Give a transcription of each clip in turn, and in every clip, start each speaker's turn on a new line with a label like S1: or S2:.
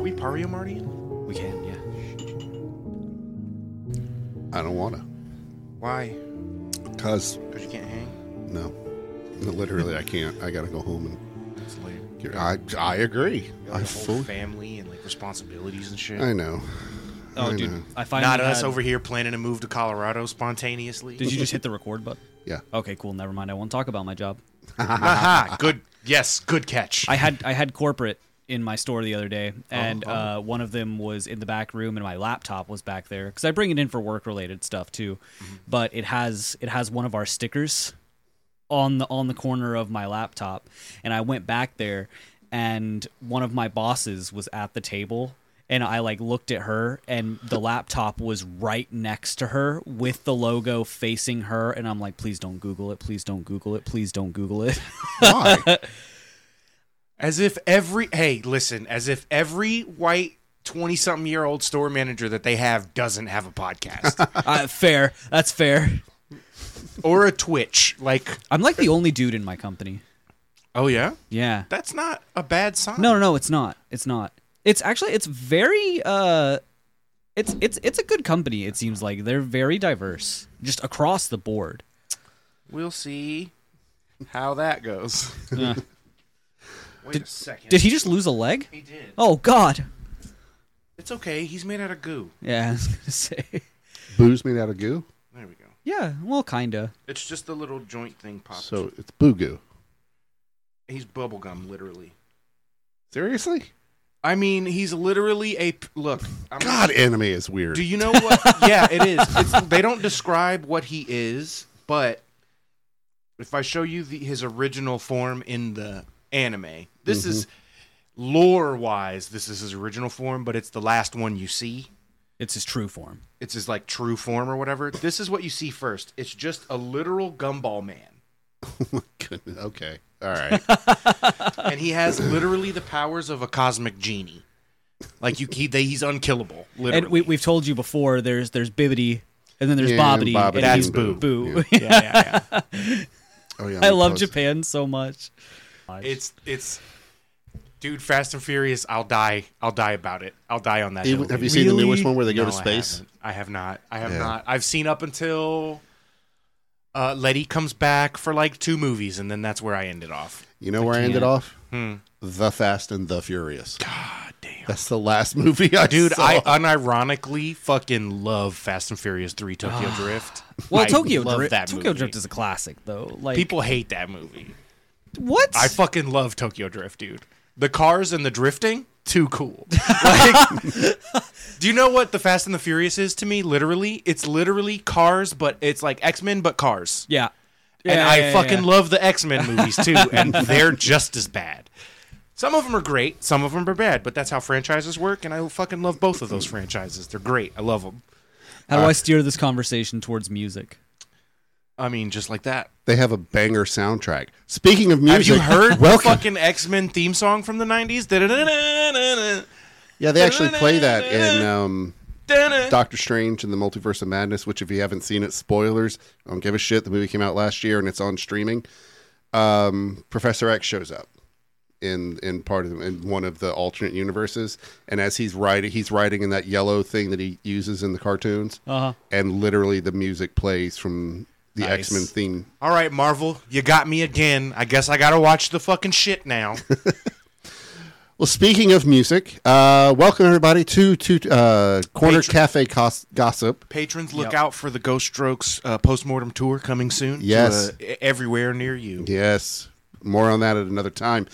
S1: we Pario Martian?
S2: We can, yeah.
S3: I don't want to.
S1: Why?
S3: Because,
S1: Because you can't hang?
S3: no. No, Literally, I can't. I got to go home and
S1: It's late.
S3: get. I, I agree.
S1: You got,
S3: I
S1: like, a whole
S3: fully.
S1: family and like responsibilities and shit.
S3: I know.
S2: Oh,
S3: I
S2: dude,
S3: know.
S2: I finally
S1: Not us
S2: had-
S1: over here planning to move to Colorado spontaneously.
S2: Did you just hit the record button?
S3: Yeah.
S1: Oh.
S2: Okay, cool. Never mind. I won't talk about my job.
S1: Aha, good. Yes, good catch.
S2: I had I had corporate in my store the other day, and Uh, one of them was in the back room, and my laptop was back there because I bring it in for work related stuff too. But it has it has one of our stickers on the on the corner of my laptop, and I went back there, and one of my bosses was at the table. And I like looked at her, and the laptop was right next to her with the logo facing her. And I'm like, please don't Google it. Please don't Google it. Please don't Google it.
S3: Why?
S1: As if every hey, listen, as if every white twenty something year old store manager that they have doesn't have a podcast.
S2: uh, fair. That's fair.
S1: or a Twitch. Like
S2: I'm like the only dude in my company.
S1: Oh yeah?
S2: Yeah.
S1: That's not a bad sign.
S2: No, no, no. It's not. It's not. It's actually. It's very. Uh, it's it's it's a good company. It seems like they're very diverse, just across the board.
S1: We'll see how that goes. Wait a second.
S2: Did he just lose a leg?
S1: he did.
S2: Oh God.
S1: It's okay. He's made out of goo.
S2: Yeah. I was gonna say.
S3: Booze made out of goo?
S1: There we go.
S2: Yeah. Well, kinda.
S1: It's just the little joint thing pops.
S3: So it's boo goo.
S1: he's bubblegum literally.
S3: Seriously?
S1: I mean, he's literally a p- look. I'm
S3: God, anime is weird.
S1: Do you know what? yeah, it is. It's, they don't describe what he is, but if I show you the, his original form in the anime, this is
S3: Mm-hmm.
S1: lore wise, this is his original form, but it's the last one you see.
S2: It's his true form.
S1: It's his like true form or whatever. This is what you see first. It's just a literal gumball man.
S3: Oh my goodness. Okay. All right.
S1: and he has literally the powers of a cosmic genie. Like you, he, they, he's unkillable. Literally,
S2: And we we've told you before. There's there's Bibbity, and then there's
S3: Yeah,
S2: Bobbity.
S3: Bobbity
S2: and
S3: and
S2: he's
S3: Boo.
S2: Boo.
S1: yeah, yeah,
S3: Oh yeah.
S2: I
S3: I'm
S2: love
S3: close.
S2: Japan so much.
S1: yeah. it's it's, dude, Fast and Furious. I'll die. I'll die about it. I'll die on that.
S3: Have you
S1: hill, dude.
S3: seen the newest
S2: Really?
S3: one where they go
S1: No,
S3: to space?
S1: I, haven't. I have not. I have
S3: Yeah.
S1: not. I've seen up until. Uh, Letty comes back for like two movies, and then that's where I ended off.
S3: You know where I ended
S2: can't.
S3: off?
S1: Hmm.
S3: The Fast and the Furious.
S1: God damn,
S3: That's the last movie I
S1: dude!
S3: saw.
S1: I unironically fucking love Fast and Furious Three: Tokyo Drift.
S2: Ah. Well,
S1: I
S2: Tokyo
S1: love
S2: Drift.
S1: that
S2: Tokyo
S1: movie.
S2: Drift is a classic though. Like
S1: People hate that movie.
S2: what?
S1: I fucking love Tokyo Drift, dude. The cars and the drifting, too cool. Like, do you know what the Fast and the Furious is to me? Literally, it's literally cars, but it's like X Men, but cars.
S2: yeah.
S1: and
S2: Yeah,
S1: I
S2: yeah,
S1: fucking
S2: yeah.
S1: love the X Men movies too, and they're just as bad. Some of them are great, some of them are bad, but that's how franchises work, and I fucking love both of those franchises. They're great. I love them.
S2: How do I steer this conversation towards music?
S1: I mean, just like that.
S3: they have a banger soundtrack. Speaking of music,
S1: Have you heard the
S3: Welcome.
S1: fucking X Men theme song from the 90s? Da-da-da-da-da-da.
S3: yeah, they actually play that in um,
S1: Da-da.
S3: Doctor Strange and the Multiverse of Madness. Which, if you haven't seen it, spoilers. I don't give a shit. The movie came out last year and it's on streaming. Um, Professor X shows up in in part of the, in one of the alternate universes, and as he's riding, he's riding in that yellow thing that he uses in the cartoons,
S2: Uh-huh.
S3: and literally the music plays from the
S2: Nice.
S3: X Men theme.
S1: All right, Marvel, you got me again. I guess I gotta watch the fucking shit now.
S3: Well, speaking of music, uh, welcome everybody to to uh, Corner
S1: Patron-
S3: Cafe Cos- Gossip.
S1: Patrons, look
S2: Yep.
S1: out for the Ghost Strokes uh, postmortem tour coming soon. to,
S3: Yes.
S1: uh, e- everywhere near you.
S3: Yes, more on that at another time.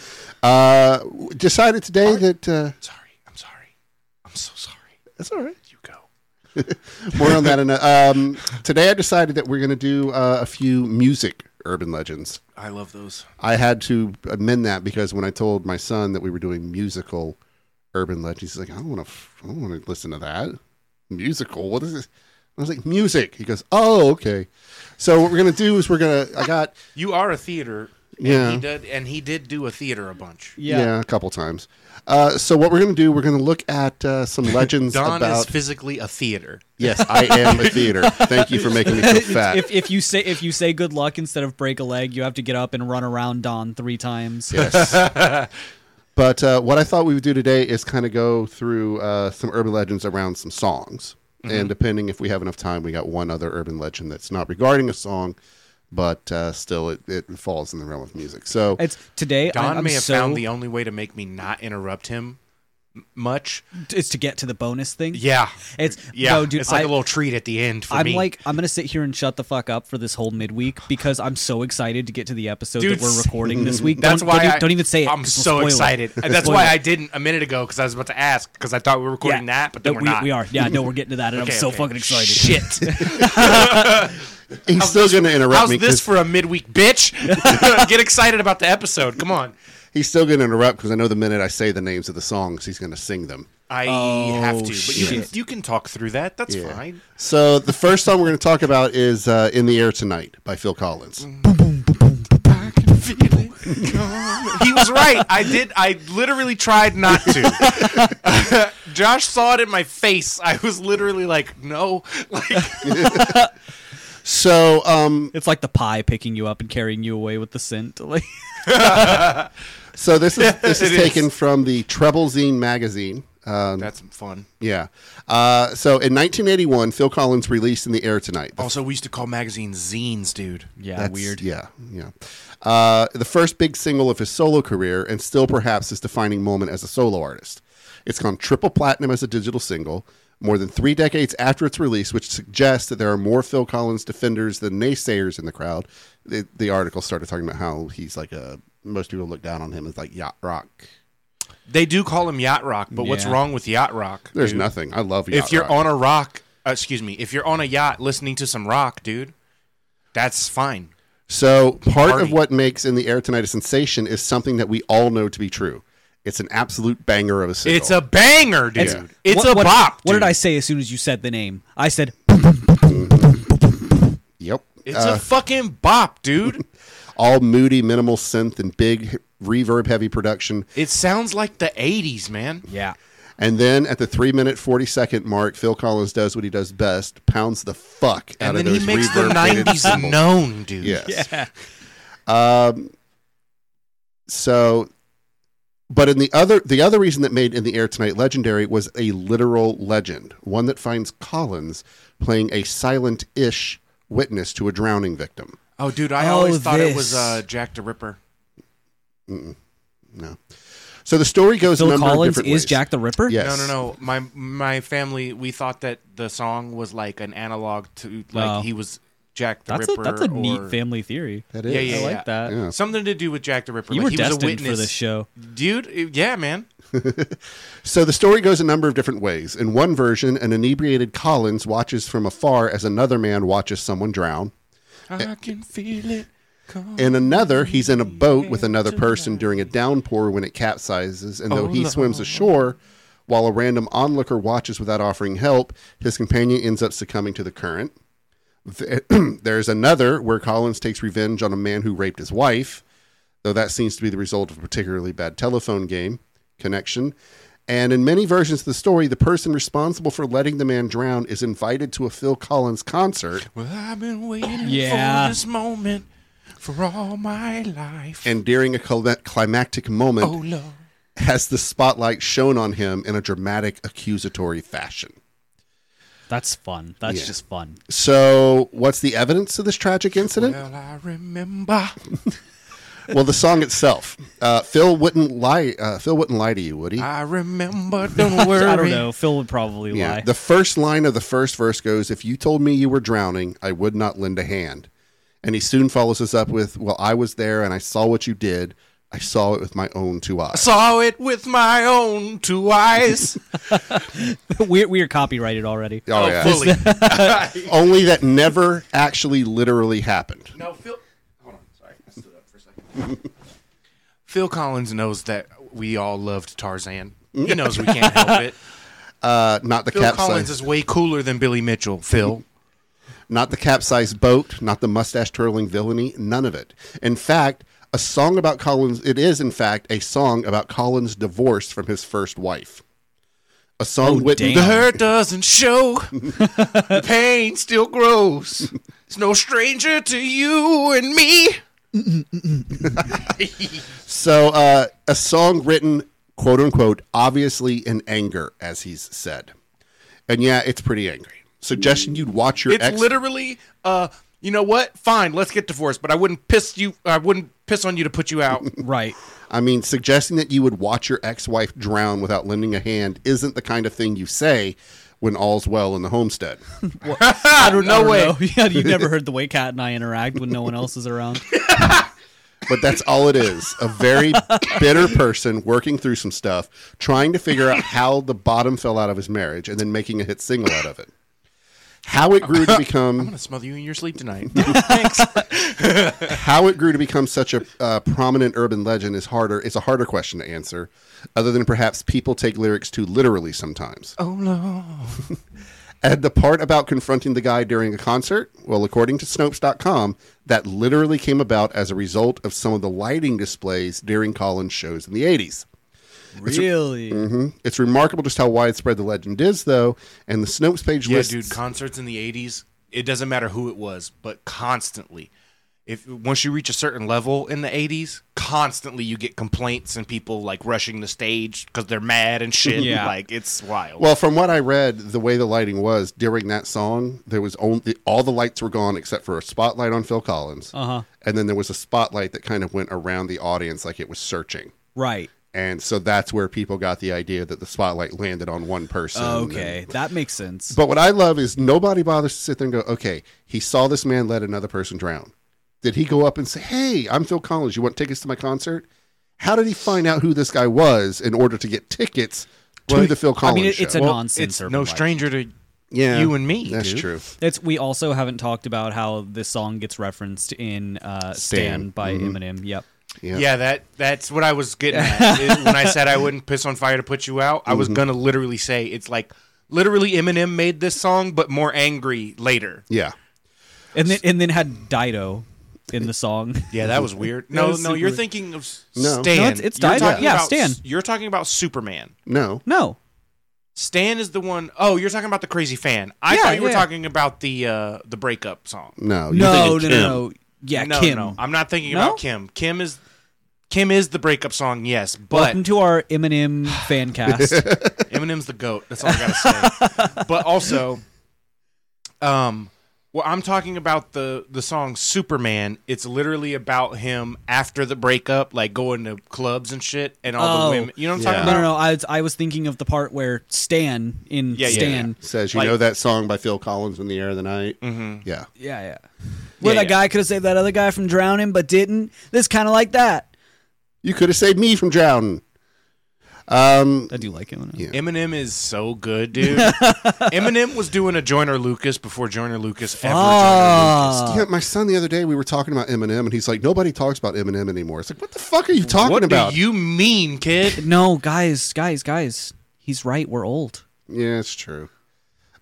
S3: Uh, w- decided today that uh,
S1: Sorry, I'm sorry. I'm so sorry.
S3: that's all right.
S1: You go.
S3: More on that. In a, um, today, I decided that we're going to do uh, a few music urban legends.
S1: I love those.
S3: I had to amend that because when I told my son that we were doing musical urban legends, he's like, "I don't want to. I don't want to listen to that musical. What is this?" I was like, "Music." He goes, "Oh, okay." So what we're gonna do is we're gonna. I got
S1: You are a theater. and
S3: Yeah.
S1: he did, and he did do a theater a bunch.
S3: yeah, a couple times. Uh, so what we're gonna do? We're gonna look at uh, some legends
S1: Don is
S3: about
S1: physically a theater.
S3: Yes, I am a theater. Thank you for making me feel fat.
S2: If, if you say if you say good luck instead of break a leg, you have to get up and run around Don three times.
S3: yes. But uh, what I thought we would do today is kind of go through uh, some urban legends around some songs.
S1: Mm-hmm.
S3: And depending if we have enough time, we got one other urban legend that's not regarding a song, but uh, still it, it falls in the realm of music. So
S2: It's today.
S1: Don
S2: I, am
S1: may have
S2: so,
S1: found the only way to make me not interrupt him m- much.
S2: It's to get to the bonus thing.
S1: Yeah.
S2: It's
S1: Yeah.
S2: no, dude,
S1: it's like
S2: I-
S1: a little treat at the end for
S2: I'm
S1: me.
S2: like, I'm gonna sit here and shut the fuck up for this whole midweek because I'm so excited to get to the episode
S1: Dude,
S2: that we're recording this week.
S1: That's
S2: don't,
S1: why
S2: don't, e-
S1: I,
S2: don't even say it.
S1: I'm
S2: 'cause we'll
S1: so
S2: spoil it.
S1: excited. And That's
S2: Spoil
S1: why
S2: it.
S1: I didn't a minute ago because I was about to ask because I thought we were recording
S2: Yeah.
S1: that, but then
S2: No,
S1: we're
S2: we,
S1: not.
S2: we are. Yeah, no, we're getting to that, and
S1: Okay,
S2: I'm so
S1: okay.
S2: fucking excited.
S1: Shit.
S3: he's still going to interrupt
S1: How's
S3: me. 'cause-
S1: this for a midweek, bitch? Get excited about the episode. Come on.
S3: He's still going to interrupt because I know the minute I say the names of the songs, he's going to sing them.
S1: I
S2: Oh,
S1: have to, but you can,
S2: shit.
S1: you can talk through that. That's fine.
S3: So the first song we're going to talk about is uh, "In the Air Tonight" by Phil
S1: Mm-hmm.
S3: Collins.
S1: he was right. I did. I literally tried not to. Josh saw it in my face. I was literally like, no. Like,
S3: So um,
S2: It's like the pie picking you up and carrying you away with the scent. Like,
S3: so this is this is
S1: It is.
S3: taken from the Treble Zine magazine. Um,
S1: that's fun.
S3: yeah. Uh, so in 1981, Phil Collins released "In the Air Tonight." The-
S1: Also, we used to call magazines zines, dude.
S2: yeah,
S3: that's-
S2: weird.
S3: Yeah, yeah. Uh, the first big single of his solo career, and still perhaps his defining moment as a solo artist. It's gone triple platinum as a digital single, more than three decades after its release, which suggests that there are more Phil Collins defenders than naysayers in the crowd. The, the article started talking about how he's like a most people look down on him as like yacht rock.
S1: They do call him yacht rock, but what's
S2: Yeah.
S1: wrong with yacht rock?
S3: There's
S1: dude?
S3: nothing. I love yacht
S1: If you're
S3: rock.
S1: on a rock, uh, excuse me, if you're on a yacht listening to some rock, dude, that's fine.
S3: So part of
S1: Party.
S3: what makes in the air tonight a sensation is something that we all know to be true. It's an absolute banger of a single.
S1: It's a banger, dude. It's,
S2: What-
S1: a
S2: what-
S1: bop.
S2: What did
S1: dude.
S2: I say as soon as you said the name? I said,
S3: yep.
S1: It's a fucking bop, dude.
S3: all moody, minimal synth and big reverb heavy production.
S1: it sounds like the '80s, man.
S2: yeah.
S3: And then at the three minute, 40 second mark, Phil Collins does what he does best pounds the fuck out
S1: And
S3: of
S1: then he
S3: those
S1: makes the
S3: reverb
S1: '90s known, dude.
S3: Yes.
S2: Yeah.
S3: Um, So, but in the other, the other reason that made In the Air Tonight legendary was a literal legend, one that finds Collins playing a silent ish witness to a drowning victim.
S1: Oh, dude, I
S2: Oh,
S1: always thought it was
S2: this.
S1: uh, Jack the Ripper.
S3: No. So the story goes a
S2: Phil
S3: number of
S2: Collins
S3: different
S2: is
S3: ways.
S2: Jack the Ripper?
S3: Yes.
S1: No, no, no. My my family, we thought that the song was like an analog to like
S2: Oh.
S1: he was Jack the
S2: That's a,
S1: Ripper.
S2: that's a neat
S1: or-
S2: family theory.
S3: That is.
S1: Yeah, yeah,
S2: I
S1: yeah.
S2: like that.
S3: Yeah.
S1: Something to do with Jack the Ripper.
S2: You
S1: like
S2: were
S1: he was a
S2: destined
S1: witness
S2: for this show.
S1: dude. it- Yeah, man.
S3: So the story goes a number of different ways. In one version, an inebriated Collins watches from afar as another man watches someone drown. Eh,
S1: I can feel it. come.
S3: In another, he's in a boat with another person during a downpour when it capsizes, and though he swims ashore, while a random onlooker watches without offering help, his companion ends up succumbing to the current. Th- There's another where Collins takes revenge on a man who raped his wife, though that seems to be the result of a particularly bad telephone game connection. And in many versions of the story, the person responsible for letting the man drown is invited to a Phil Collins concert
S1: Well, I've been waiting
S2: Yeah.
S1: for this moment for all my life.
S3: and during a cl- climactic moment
S1: oh Lord.
S3: has the spotlight shown on him in a dramatic accusatory fashion.
S2: That's fun. That's
S3: Yeah.
S2: just fun.
S3: So, what's the evidence of this tragic incident?
S1: Well, I remember.
S3: Well, the song itself. Uh, Phil wouldn't lie. Uh, Phil wouldn't lie to you, would he?
S1: I remember. Don't worry.
S2: I don't know. Phil would probably
S3: yeah.
S2: lie.
S3: The first line of the first verse goes, "If you told me you were drowning, I would not lend a hand." And he soon follows this up with, "Well, I was there and I saw what you did. I saw it with my own two eyes."
S1: Saw it with my own two eyes.
S2: we, we are copyrighted already.
S3: Oh, yeah.
S1: fully.
S3: Only that never actually literally happened.
S1: No, Phil. Hold on, sorry, I stood up for a second. Phil Collins knows that we all loved Tarzan. He knows we can't help it.
S3: Uh, not the
S1: Phil
S3: capsize.
S1: Collins is way cooler than Billy Mitchell. Phil,
S3: Not the capsized boat, not the mustache twirling villainy, none of it. In fact, a song about Collins, it is in fact a song about Collins' divorce from his first wife. A song
S2: Oh,
S3: with
S2: damn.
S1: the hurt doesn't show, the pain still grows. It's no stranger to you and me.
S3: So, uh, a a song written, quote unquote, obviously in anger, as he's said. And yeah, it's pretty angry. Suggestion you'd watch your
S1: It's
S3: ex.
S1: literally, uh, you know what? Fine, let's get divorced, but I wouldn't piss you. I wouldn't piss on you to put you out.
S2: Right.
S3: I mean, suggesting that you would watch your ex-wife drown without lending a hand isn't the kind of thing you say when all's well in the homestead.
S1: I don't
S2: I
S1: know.
S2: don't
S1: Way.
S2: know. Yeah, you've never heard the way Cat and I interact when no one else is around.
S3: But that's all it is. A very bitter person working through some stuff, trying to figure out how the bottom fell out of his marriage and then making a hit single out of it. How it grew to become
S1: I'm gonna smother you in your sleep tonight.
S3: how it grew to become such a uh, prominent urban legend is harder. It's a harder question to answer, other than perhaps people take lyrics too literally sometimes.
S1: oh no.
S3: And the part about confronting the guy during a concert, well, according to Snopes.com, that literally came about as a result of some of the lighting displays during Collins shows in the 80s.
S2: Really?
S3: hmm It's remarkable just how widespread the legend is, though, and the Snopes page
S1: Yeah,
S3: lists.
S1: dude, concerts in the 80s, it doesn't matter who it was, but constantly. If once you reach a certain level in the 80s, constantly you get complaints and people like rushing the stage cuz they're mad and shit.
S2: Yeah.
S1: Like it's wild.
S3: Well, from what I read, the way the lighting was during that song, there was only all the lights were gone except for a spotlight on Phil Collins,
S2: Uh
S1: Uh-huh.
S2: huh.
S3: and then there was a spotlight that kind of went around the audience like it was searching.
S2: Right.
S3: And so that's where people got the idea that the spotlight landed on one person.
S1: Oh,
S3: and-
S2: Okay, that makes sense.
S3: But what I love is nobody bothers to sit there and go, okay, he saw this man let another person drown. Did he go up and say, hey, I'm Phil Collins. You want tickets to my concert? How did he find out who this guy was in order to get tickets to
S1: Well,
S3: the Phil
S2: I
S3: Collins
S2: mean, it- it's
S3: show?
S2: a
S1: Well,
S2: nonsense.
S1: it's
S2: urban
S1: no
S2: legend.
S1: stranger to
S3: yeah,
S1: you and me.
S3: That's
S1: dude.
S3: true.
S2: It's we also haven't talked about how this song gets referenced in uh, Stan.
S3: Stan. Mm-hmm.
S2: by Eminem. Yep.
S3: Yeah.
S1: Yeah. that that's what I was getting at. It- when I said I wouldn't piss on fire to put you out, I was gonna literally say it's like literally Eminem made this song, but more angry later.
S3: Yeah.
S2: And then and then had Dido in the song.
S1: Yeah, that was weird. No,
S2: was
S1: no,
S2: super
S1: you're
S2: weird.
S1: thinking of S-
S3: No. No,
S1: Stan.
S2: it's- it's
S1: You're
S2: Dido.
S1: talking
S2: Yeah,
S1: about
S2: Stan.
S1: S- You're talking about Superman.
S3: No.
S2: No.
S1: Stan is the one oh, you're talking about the crazy fan. I
S2: Yeah,
S1: thought you were
S2: yeah.
S1: talking about the uh, the breakup song.
S3: No. You're
S2: No, no,
S3: thinking
S2: no,
S3: Kim.
S2: no. Yeah,
S1: no,
S2: Kim.
S1: no, I'm not thinking
S2: No?
S1: about Kim. Kim is Kim is the breakup song, yes, but
S2: Welcome to our Eminem fan cast.
S1: Eminem's the goat. That's all I gotta say. but also, um, well, I'm talking about the the song Superman. It's literally about him after the breakup, like going to clubs and shit, and all
S2: Oh.
S1: the women. You know what I'm
S3: Yeah.
S1: talking
S2: no,
S1: about?
S2: no, no. I was, I was thinking of the part where Stan in
S1: Yeah, yeah,
S2: Stan.
S3: Says, you
S1: Like-
S3: know that song by Phil Collins, In the Air of the Night? Mm-hmm. Yeah.
S2: Yeah, yeah. Where
S1: Yeah, yeah.
S2: that guy could have saved that other guy from drowning, but didn't. This kind of like that.
S3: You could have saved me from drowning. Um,
S2: I do like Eminem.
S3: Yeah.
S1: Eminem is so good, dude. Eminem was doing a Joyner Lucas before Joyner Lucas
S3: Ah.
S1: ever Joyner
S2: Ah.
S1: Lucas.
S3: Yeah, my son the other day we were talking about Eminem, and he's like, nobody talks about Eminem anymore. It's like, what the fuck are you talking
S1: What
S3: about?
S1: do you mean, kid?
S2: No, guys, guys, guys. He's right. We're old.
S3: yeah, it's true.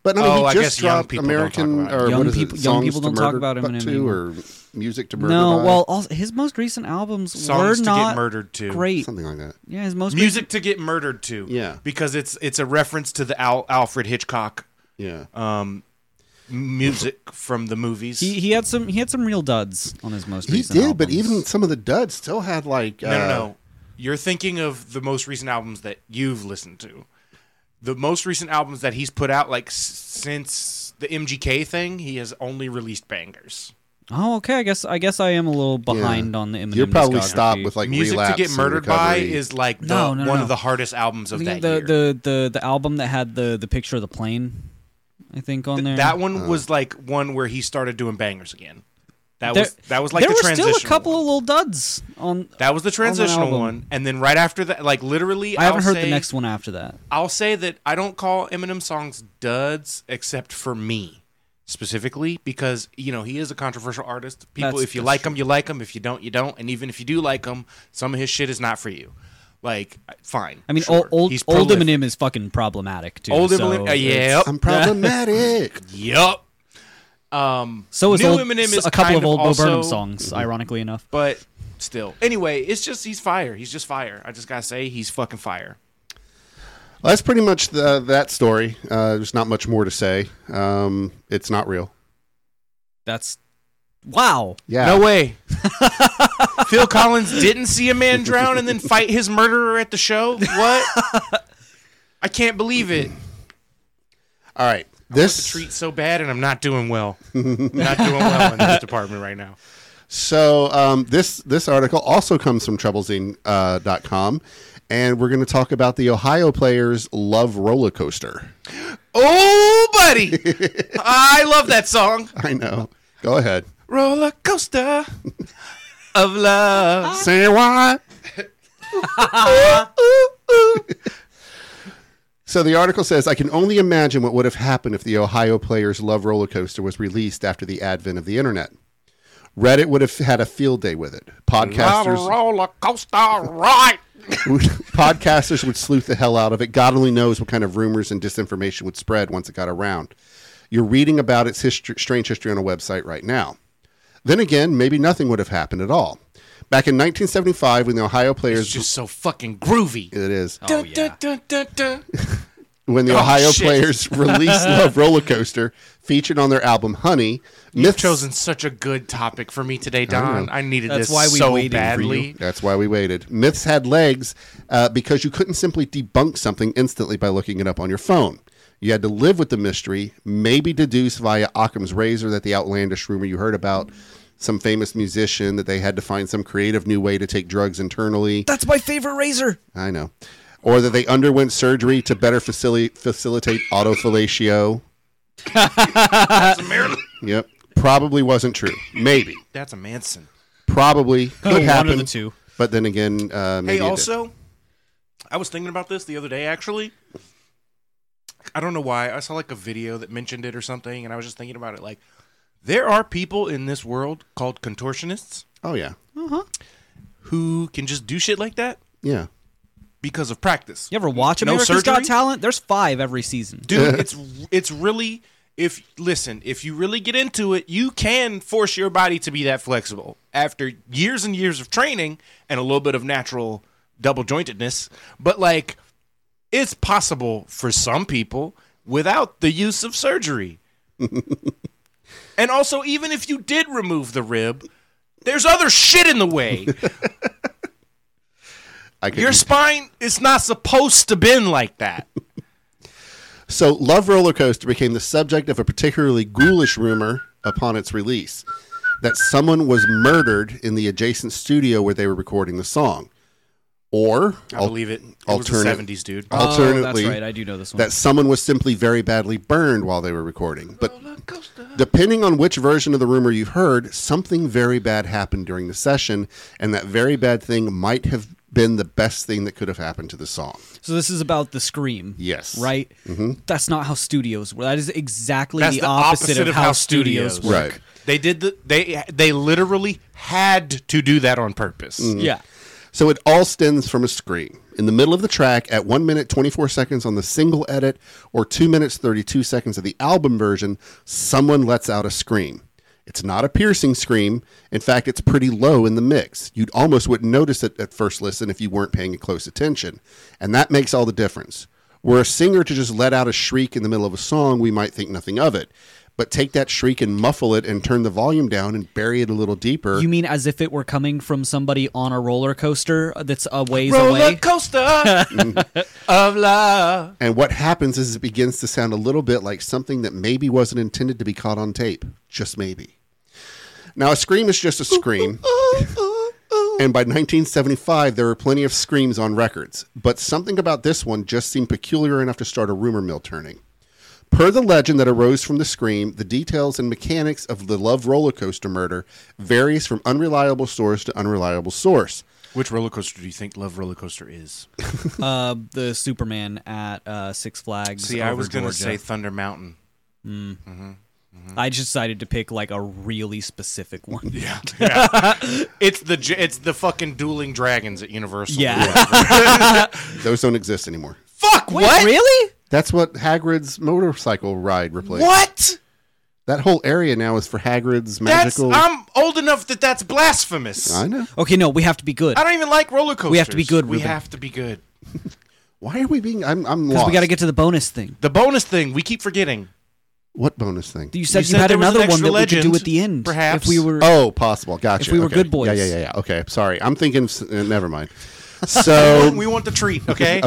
S3: But I mean,
S1: Oh, I
S3: he just
S1: guess young
S3: dropped
S1: people don't
S3: American
S1: talk about it.
S3: or
S2: Young
S3: what is
S2: people-
S3: it?
S2: young
S3: Songs
S2: people
S3: to
S2: don't talk
S3: Murder
S2: about Eminem
S3: But to,
S2: anymore.
S3: or music to murder.
S2: No,
S3: by,
S2: well, also, his most recent albums
S1: Songs
S2: were
S1: to
S2: not
S1: get murdered to.
S2: great.
S3: something like that.
S2: Yeah, his most
S1: Music to get murdered to.
S3: Yeah.
S1: Because it's it's a reference to the Al- Alfred Hitchcock
S3: Yeah,
S1: um, music from the movies.
S2: Recent, he he had some he had some real duds on his most
S3: he
S2: recent.
S3: did, but
S2: albums.
S3: even some of the duds still had like
S1: No,
S3: uh,
S1: no, no. You're thinking of the most recent albums that you've listened to. The most recent albums that he's put out, like s- since the MGK thing, he has only released bangers.
S2: oh, okay. I guess I guess I am a little behind on the Eminem.
S3: You're probably
S2: discography.
S3: stopped with like
S1: Music to
S3: relapse
S1: get
S3: and
S1: murdered by
S3: Recovery.
S1: is like the,
S2: No, no,
S1: one
S2: no.
S1: of the hardest albums
S2: I
S1: of
S2: think
S1: that
S2: the,
S1: year.
S2: the the the album that had the the picture of the plane. I think on there.
S1: that
S3: Uh.
S1: one was like one where he started doing bangers again. That
S2: There-
S1: was that was like
S2: there
S1: the
S2: were
S1: transitional.
S2: still a couple
S1: one.
S2: of little duds on.
S1: that was the transitional
S2: album.
S1: one, and then right after that, like literally,
S2: I haven't
S1: I'll
S2: heard the
S1: say-
S2: next one after that.
S1: I'll say that I don't call Eminem songs duds except for me specifically because you know he is a controversial artist. People
S2: That's-
S1: if you
S2: that's
S1: like him you like him, if you don't you don't, and even if you do like him, some of his shit is not for you. Like fine.
S2: I mean,
S1: sure.
S2: old
S1: He's
S2: old, old
S1: prolific.
S2: Eminem is fucking problematic too.
S1: Old
S2: so
S1: Eminem, uh,
S2: it's-
S1: yep.
S3: I'm problematic.
S1: Yup. Um
S2: So is
S1: new
S2: old,
S1: Eminem
S2: s-
S1: is
S2: a couple
S1: kind
S2: of old Bo
S1: also,
S2: Burnham
S3: Mm-hmm.
S2: songs, ironically enough.
S1: but still. Anyway, it's just he's fire. He's just fire. I just got to say he's fucking fire.
S3: Well, that's pretty much the, that story. Uh, there's not much more to say. Um, it's not real.
S2: That's Wow.
S3: Yeah.
S1: No way. Phil Collins didn't see a man drown and then fight his murderer at the show? What? I can't believe it.
S3: All right.
S1: The
S3: This
S1: treat's so bad and I'm not doing well. not doing well in this department right now.
S3: so um, this this article also comes from troublezine.com uh, dot com, and we're going to talk about the Ohio players love roller coaster.
S1: Oh, buddy. I love that song.
S3: I know. Go ahead.
S1: Roller coaster of love.
S3: Say what? So the article says, I can only imagine what would have happened if the Ohio Players Love Roller Coaster was released after the advent of the internet. Reddit would have had a field day with it. Podcasters,
S1: roller coaster right.
S3: podcasters would sleuth the hell out of it. God only knows what kind of rumors and disinformation would spread once it got around. You're reading about its history, strange history on a website right now. Then again, maybe nothing would have happened at all. Back in 1975, when the Ohio Players,
S1: It's just so fucking groovy.
S3: it is
S2: Oh, yeah.
S1: Dun, dun, dun, dun.
S3: when the
S1: Oh,
S3: Ohio
S1: shit.
S3: Players released Love Roller Coaster, featured on their album Honey.
S1: You've
S3: Myths-
S1: chosen such a good topic for me today, Don. I, needed
S2: That's
S1: this
S2: why we
S1: so
S2: waited for
S1: badly.
S3: That's why we waited. Myths had legs uh, because you couldn't simply debunk something instantly by looking it up on your phone. You had to live with the mystery, maybe deduce via Occam's razor that the outlandish rumor you heard about some famous musician that they had to find some creative new way to take drugs internally.
S2: That's my favorite razor.
S3: I know. Or that they underwent surgery to better facili- facilitate autofellatio. Yep. Probably wasn't true. Maybe.
S1: That's a Manson.
S3: Probably could
S2: Oh, One of
S3: happen.
S2: the two.
S3: But then again, uh,
S1: Hey,
S3: maybe it didn't.
S1: also, I was thinking about this the other day, actually. I don't know why. I saw like a video that mentioned it or something, and I was just thinking about it. Like, there are people in this world called contortionists
S3: Oh yeah,
S1: who can just do shit like that
S3: yeah.
S1: because of practice.
S2: You ever watch
S1: No
S2: America's
S1: surgery?
S2: Got Talent? There's five every season.
S1: dude it's it's really if listen if you really get into it you can force your body to be that flexible after years and years of training and a little bit of natural double jointedness but like it's possible for some people without the use of surgery and also even if you did remove the rib there's other shit in the way
S3: I could.
S1: your spine is not supposed to bend like that
S3: So, Love Roller Coaster became the subject of a particularly ghoulish rumor upon its release that someone was murdered in the adjacent studio where they were recording the song, or
S1: i
S3: al-
S1: believe it it was
S3: alternate-
S1: the 70s dude
S3: alternatively,
S2: oh, that's right. I do know this one.
S3: that someone was simply very badly burned while they were recording. But depending on which version of the rumor you heard, something very bad happened during the session, and that very bad thing might have been the best thing that could have happened to the song.
S2: So this is about the scream.
S3: Yes.
S2: Right. That's not how studios work. That is exactly
S1: That's
S2: the, opposite, of, how, studios, work.
S3: Right.
S1: They did the they they literally had to do that on purpose.
S2: Yeah.
S3: So it all stems from a scream. In the middle of the track, at 1 minute 24 seconds on the single edit or 2 minutes 32 seconds of the album version, someone lets out a scream. It's not a piercing scream. In fact, it's pretty low in the mix. You'd almost wouldn't notice it at first listen if you weren't paying close attention. And that makes all the difference. Were a singer to just let out a shriek in the middle of a song, we might think nothing of it. But take that shriek and muffle it and turn the volume down and bury it a little deeper.
S2: You mean as if it were coming from somebody on a roller coaster that's a ways
S1: Roller
S2: away?
S1: coaster of love.
S3: And what happens is it begins to sound a little bit like something that maybe wasn't intended to be caught on tape, just maybe. Now, a scream is just a scream. And by 1975, there were plenty of screams on records, but something about this one just seemed peculiar enough to start a rumor mill turning. Per the legend that arose from the scream, the details and mechanics of the Love roller coaster murder varies from unreliable source to unreliable source.
S1: Which roller coaster do you think Love Roller Coaster is?
S2: uh, the Superman at uh, Six Flags.
S1: See, I was
S2: going to
S1: say Thunder Mountain.
S2: I just decided to pick like a really specific one. Yeah.
S1: It's the j- it's the fucking dueling dragons at Universal.
S3: Those don't exist anymore.
S1: Fuck
S2: Wait,
S1: what?
S2: really?
S3: That's what Hagrid's motorcycle ride replaced.
S1: What?
S3: That whole area now is for Hagrid's
S1: That's
S3: magical.
S1: I'm old enough that that's blasphemous.
S3: I know.
S2: Okay, no, we have to be good.
S1: I don't even like roller coasters.
S2: have to be good,
S1: We
S2: Ruben.
S1: have to be good.
S3: Why are we being? I'm. I'm
S2: Because
S3: lost.
S2: we got to get to the bonus thing.
S1: The bonus thing we keep forgetting.
S3: What bonus thing?
S2: You said you,
S1: said
S2: had
S1: there was an
S2: another one
S1: extra
S2: that we could do
S1: legend,
S2: at the end.
S1: perhaps.
S2: If we were.
S3: Oh, possible. Gotcha.
S2: we were
S3: Okay.
S2: good boys.
S3: Yeah, yeah, yeah, yeah. Okay. Sorry. I'm thinking. s- Uh, never mind. So
S1: we want the treat, okay?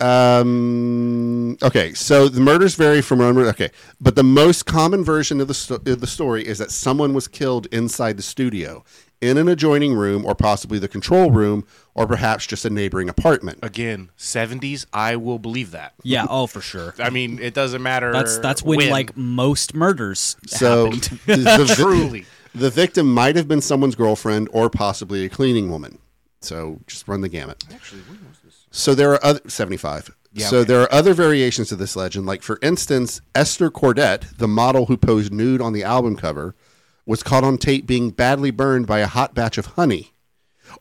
S3: Um, okay, so the murders vary from one. Okay, but the most common version of the sto- of the story is that someone was killed inside the studio, in an adjoining room, or possibly the control room, or perhaps just a neighboring apartment.
S1: Again, 70s, I will believe that.
S2: Yeah, oh, for sure.
S1: I mean, it doesn't matter.
S2: That's that's when, like most murders
S3: So
S2: happened.
S3: the, the-
S1: Truly.
S3: the victim might have been someone's girlfriend or possibly a cleaning woman. So just run the gamut. So there are other 75.
S1: Yeah,
S3: so
S1: okay.
S3: there are other variations of this legend. Like for instance, Esther Cordette, the model who posed nude on the album cover, was caught on tape being badly burned by a hot batch of honey,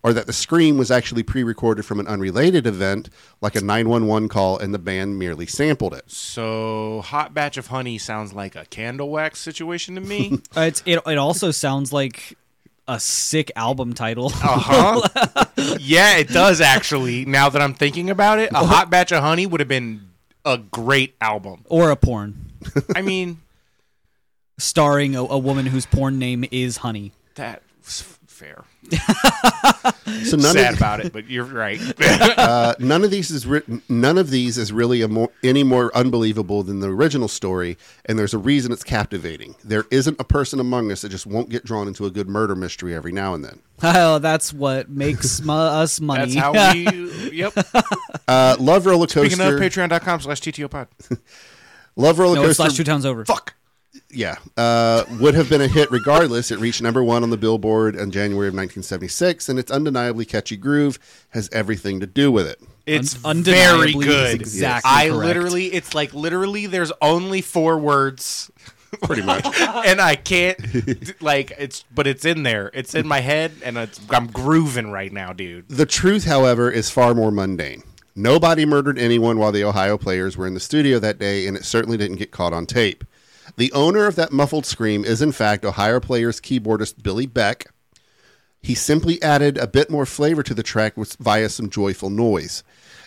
S3: or that the scream was actually pre-recorded from an unrelated event, like a 911 call, and the band merely sampled it.
S1: So, hot batch of honey sounds like a candle wax situation to me.
S2: Uh, it's, it it also sounds like a sick album title.
S1: Uh-huh. yeah, it does actually. Now that I'm thinking about it, a hot batch of honey would have been a great album.
S2: or a porn
S1: I mean,
S2: starring a, a woman whose porn name is Honey.
S1: that's f- fair.
S3: So none
S1: Sad
S3: of,
S1: about it, but you're right.
S3: Uh, none of these is re- none of these is really a more, any more unbelievable than the original story, and there's a reason it's captivating. There isn't a person among us that just won't get drawn into a good murder mystery every now and then.
S2: Oh, that's what makes mu- us money.
S1: That's how we. Yep.
S3: Uh, Love roller coaster.
S1: Speaking of Patreon.com/slash TTO Pod.
S3: Love roller
S2: no, it's
S3: coaster.
S2: last two towns over.
S1: Fuck.
S3: yeah, uh, would have been a hit regardless. It reached number one on the Billboard in January of 1976, and its undeniably catchy groove has everything to do with it.
S1: It's
S2: Un-
S1: very
S2: undeniably
S1: good.
S2: exactly
S1: I
S2: correct.
S1: literally, it's like literally, there's only four words, pretty much, and I can't like it's, but it's in there. It's in my head, and it's, I'm grooving right now, dude.
S3: The truth, however, is far more mundane. Nobody murdered anyone while the Ohio players were in the studio that day, and it certainly didn't get caught on tape. The owner of that muffled scream is, in fact, Ohio players keyboardist Billy Beck. He simply added a bit more flavor to the track with, via some joyful noise.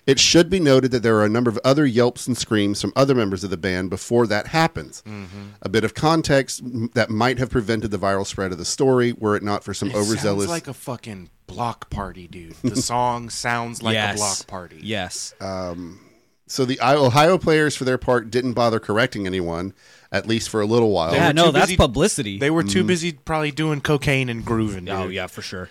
S3: It should be noted that there are a number of other yelps and screams from other members of the band before that happens.
S1: Mm-hmm.
S3: A bit of context m- that might have prevented the viral spread of the story were it not for some overzealous.
S1: Sounds like a fucking block party, dude. The song sounds like
S2: yes.
S1: a block party.
S2: Yes.
S3: Oh. So the I- Ohio players, for their part, didn't bother correcting anyone, at least for a little while.
S1: They
S2: yeah,
S1: were
S2: no,
S1: too
S2: that's
S1: busy-
S2: publicity.
S1: They were too busy probably doing cocaine and grooving. Dude.
S2: oh yeah, for sure.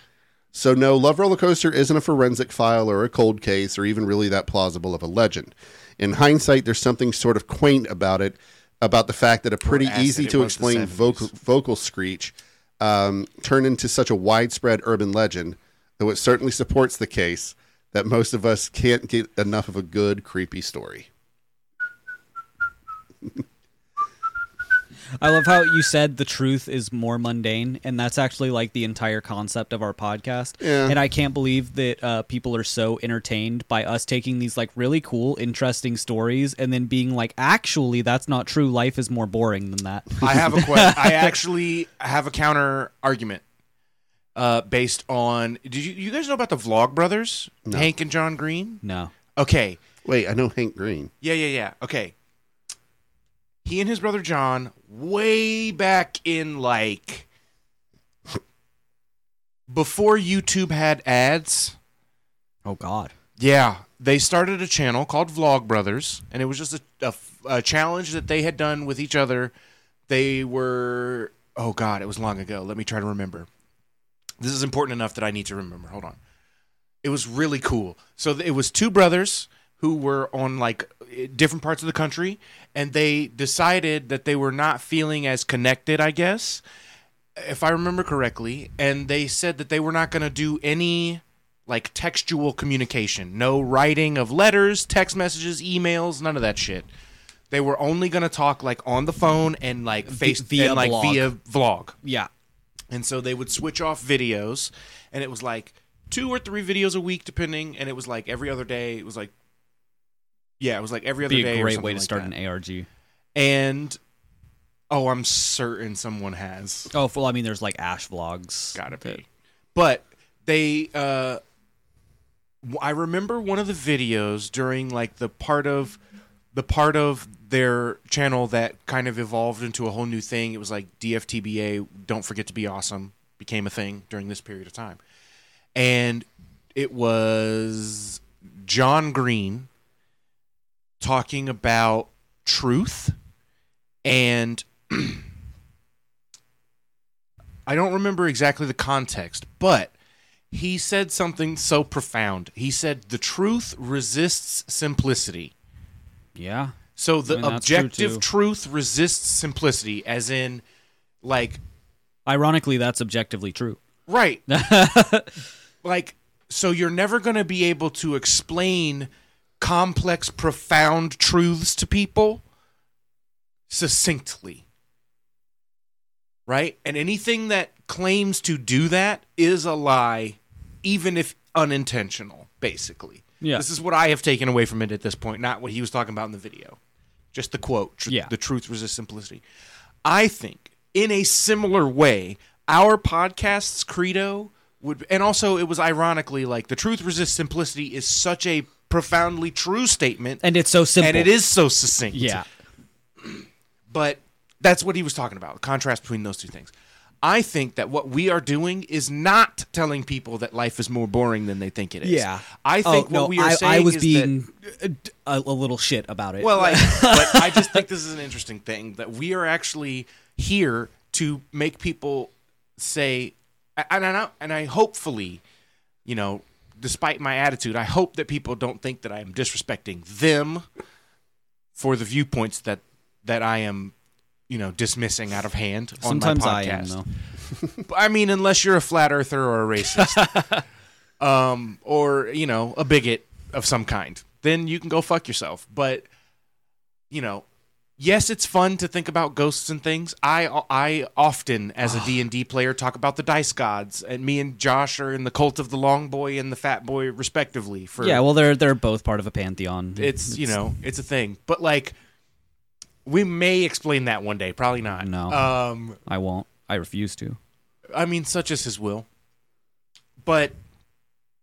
S3: So no, Love Roller Coaster isn't a forensic file or a cold case or even really that plausible of a legend. In hindsight, there's something sort of quaint about it, about the fact that a pretty
S1: acid,
S3: easy
S1: it
S3: to
S1: was the
S3: explain
S1: 70s.
S3: vocal vocal screech um, turned into such a widespread urban legend, though it certainly supports the case that most of us can't get enough of a good creepy story.
S2: I love how you said the truth is more mundane, and that's actually like the entire concept of our podcast.
S3: Yeah.
S2: And I can't believe that uh, people are so entertained by us taking these like really cool, interesting stories, and then being like, actually, that's not true. Life is more boring than that.
S1: I have a question. I actually have a counter argument uh, based on. Did you, you guys know about the Vlog Brothers, Hank and John Green?
S2: No.
S1: Okay,
S3: Wait, I know Hank Green.
S1: yeah, yeah, yeah. Okay, he and his brother John, way back in like before YouTube had ads.
S2: Oh God.
S1: Yeah, they started a channel called Vlog Brothers, and it was just a, a f- a challenge that they had done with each other. They were oh god, it was long ago. Let me try to remember. This is important enough that I need to remember. Hold on. It was really cool. So th- it was two brothers who were on like i- different parts of the country, and they decided that they were not feeling as connected. I guess, if I remember correctly, and they said that they were not going to do any like textual communication. No writing of letters, text messages, emails, none of that shit. They were only going to talk like on the phone and like face
S2: via
S1: and, like
S2: blog.
S1: via vlog.
S2: Yeah.
S1: And so they would switch off videos, and it was like two or three videos a week, depending. And it was like every other day. It was like, yeah, it was like every other
S2: Be
S1: day.
S2: a
S1: or
S2: great
S1: something
S2: way to
S1: like
S2: start
S1: that.
S2: an ARG.
S1: And oh, I'm certain someone has
S2: Oh well, I mean, there's like Ash vlogs.
S1: gotta be. But they, uh, w- I remember one of the videos during like the part of the part of their channel that kind of evolved into a whole new thing. It was like DFTBA, don't forget to be awesome, became a thing during this period of time. And it was John Green talking about truth and I don't remember exactly the context, but he said something so profound. He said the truth resists simplicity.
S2: Yeah.
S1: So the
S2: I mean, that's true,
S1: objective
S2: too.
S1: truth resists simplicity, as in, like,
S2: Ironically, that's objectively true.
S1: right. like, so you're never going to be able to explain complex, profound truths to people succinctly. Right? And anything that claims to do that is a lie, even if unintentional, basically.
S2: Yeah.
S1: This is what I have taken away from it at this point, not what he was talking about in the video. Just the quote, tr-
S2: Yeah.
S1: the truth resists simplicity. I think in a similar way, our podcast's credo would and also it was ironically like the truth resists simplicity is such a profoundly true statement
S2: And it's so simple.
S1: and it is so succinct.
S2: Yeah.
S1: But that's what he was talking about the contrast between those two things. I think that what we are doing is not telling people that life is more boring than they think it is. I think what
S2: Oh, no,
S1: we are
S2: I,
S1: saying
S2: I was
S1: is that,
S2: being a, a little shit about it.
S1: well, I, but I just think this is an interesting thing that we are actually here to make people say, and I, and I hopefully, you know, despite my attitude, I hope that people don't think that I am disrespecting them for the viewpoints that that I am, you know, dismissing out of hand on
S2: sometimes
S1: my
S2: I
S1: podcast.
S2: am though.
S1: I mean, unless you're a flat earther or a racist, um, or you know, a bigot of some kind, then you can go fuck yourself. But you know, yes, it's fun to think about ghosts and things. I I often, as d and D player, talk about the dice gods, and me and Josh are in the cult of the long boy and the fat boy, respectively. For
S2: Yeah, well, they're they're both part of a pantheon.
S1: it's you know, it's a thing. But like, we may explain that one day. Probably not.
S2: No.
S1: Um,
S2: I won't. I refuse to.
S1: I mean, such is his will. But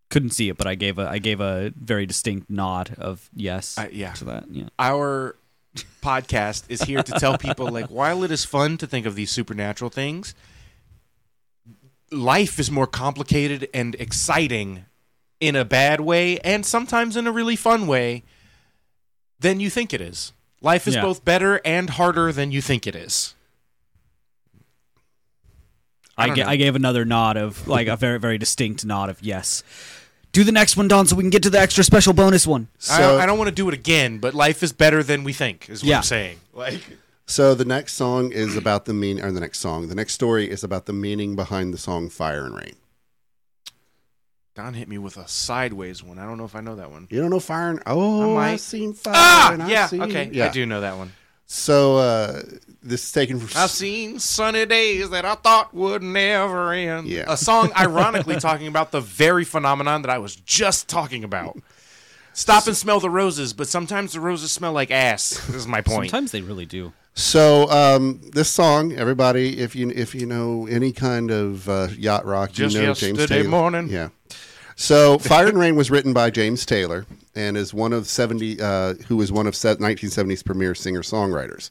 S2: Couldn't see it, but I gave a I gave a very distinct nod of yes
S1: I, yeah,
S2: to that. Yeah.
S1: our podcast is here to tell people like while it is fun to think of these supernatural things life is more complicated and exciting in a bad way and sometimes in a really fun way than you think it is life is
S2: Yeah.
S1: both better and harder than you think it is I
S2: I,
S1: don't
S2: ga-
S1: know.
S2: I gave another nod of like a very very distinct nod of yes. Do the next one, Don, so we can get to the extra special bonus one.
S1: I
S3: So,
S1: don't, I don't want to do it again but life is better than we think is what
S2: Yeah.
S1: i'm saying like
S3: so the next song is about the mean, or the next song, the next story is about the meaning behind the song "Fire and Rain."
S1: don hit me with a sideways one i don't know if i know that one
S3: You don't know fire and oh,
S1: might.
S3: I've seen fire. and
S1: ah
S3: I've
S1: yeah
S3: seen-
S1: okay
S3: yeah.
S1: i do know that one
S3: So uh, this is taken from.
S1: I've seen sunny days that I thought would never end.
S3: Yeah.
S1: A song ironically talking about the very phenomenon that I was just talking about. Stop and smell the roses, but sometimes the roses smell like ass. This is my point.
S2: Sometimes they really do.
S3: So um, this song, everybody, if you if you know any kind of uh, yacht rock,
S1: Just
S3: you know James
S1: yesterday
S3: Taylor.
S1: morning.
S3: Yeah. So Fire and Rain was written by James Taylor and is one of seventy uh, who was one of se- 1970s premier singer songwriters.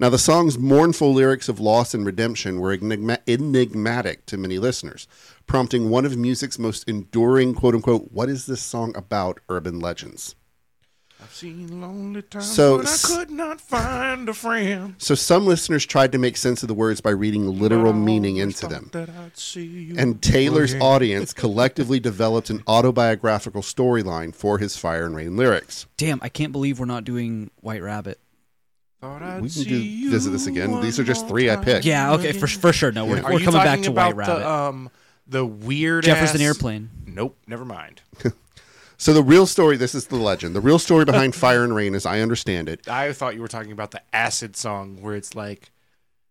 S3: Now the song's mournful lyrics of loss and redemption were enigma- enigmatic to many listeners, prompting one of music's most enduring "quote unquote" "What is this song about?" urban legends.
S1: I've seen lonely times
S3: So
S1: when I
S3: s-
S1: could not find a friend.
S3: So some listeners tried to make sense of the words by reading literal
S1: I
S3: meaning
S1: always
S3: into
S1: thought
S3: them.
S1: that I'd see you
S3: and Taylor's
S1: again.
S3: audience collectively developed an autobiographical storyline for his Fire and Rain lyrics.
S2: Damn, I can't believe we're not doing White Rabbit.
S1: Thought I'd
S3: We can
S1: see
S3: do-
S1: you
S3: visit this again.
S1: one
S3: These are just
S1: more
S3: three I
S1: time.
S3: picked.
S2: Yeah, okay, for for sure. No, we're,
S1: Are
S2: we're
S1: you
S2: coming back
S1: talking
S2: to White
S1: about
S2: Rabbit.
S1: The, um, the weird
S2: Jefferson
S1: ass-
S2: Airplane.
S1: Nope, never mind.
S3: So the real story, this is the legend. The real story behind Fire and Rain, as I understand it,
S1: I thought you were talking about the acid song where it's like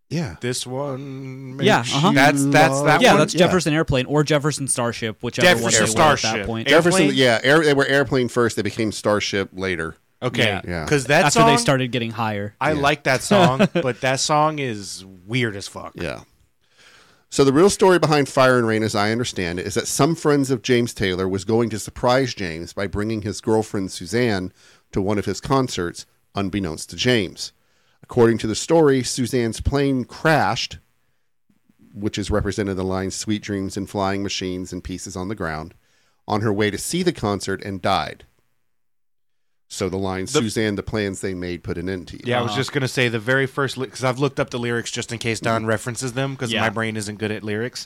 S3: yeah,
S1: this one.
S2: Yeah,
S1: makes
S2: uh-huh.
S1: you- that's that's that
S2: Yeah,
S1: one.
S2: that's
S3: yeah.
S2: Jefferson Airplane or Jefferson Starship, whichever one they
S1: Jefferson
S2: were at
S1: Starship.
S2: that point.
S1: Air-
S3: Jefferson,
S1: Airplane?
S3: yeah, air, they were airplane first. They became Starship later.
S1: okay,
S3: Yeah.
S1: because that
S2: After
S1: song.
S2: they started getting higher.
S1: I like that song, but that song is weird as fuck.
S3: Yeah. So the real story behind Fire and Rain, as I understand it, is that some friends of James Taylor was going to surprise James by bringing his girlfriend Suzanne to one of his concerts, unbeknownst to James. According to the story, Suzanne's plane crashed, which is represented in the line Sweet Dreams and Flying Machines and Pieces on the Ground, on her way to see the concert and died. So the line
S1: The-
S3: Suzanne, the plans they made put an end to you.
S1: Yeah, I was
S2: Uh-huh.
S1: just gonna say the very first because I've looked up the lyrics just in case Don references them because
S2: Mm-hmm. Yeah.
S1: my brain isn't good at lyrics.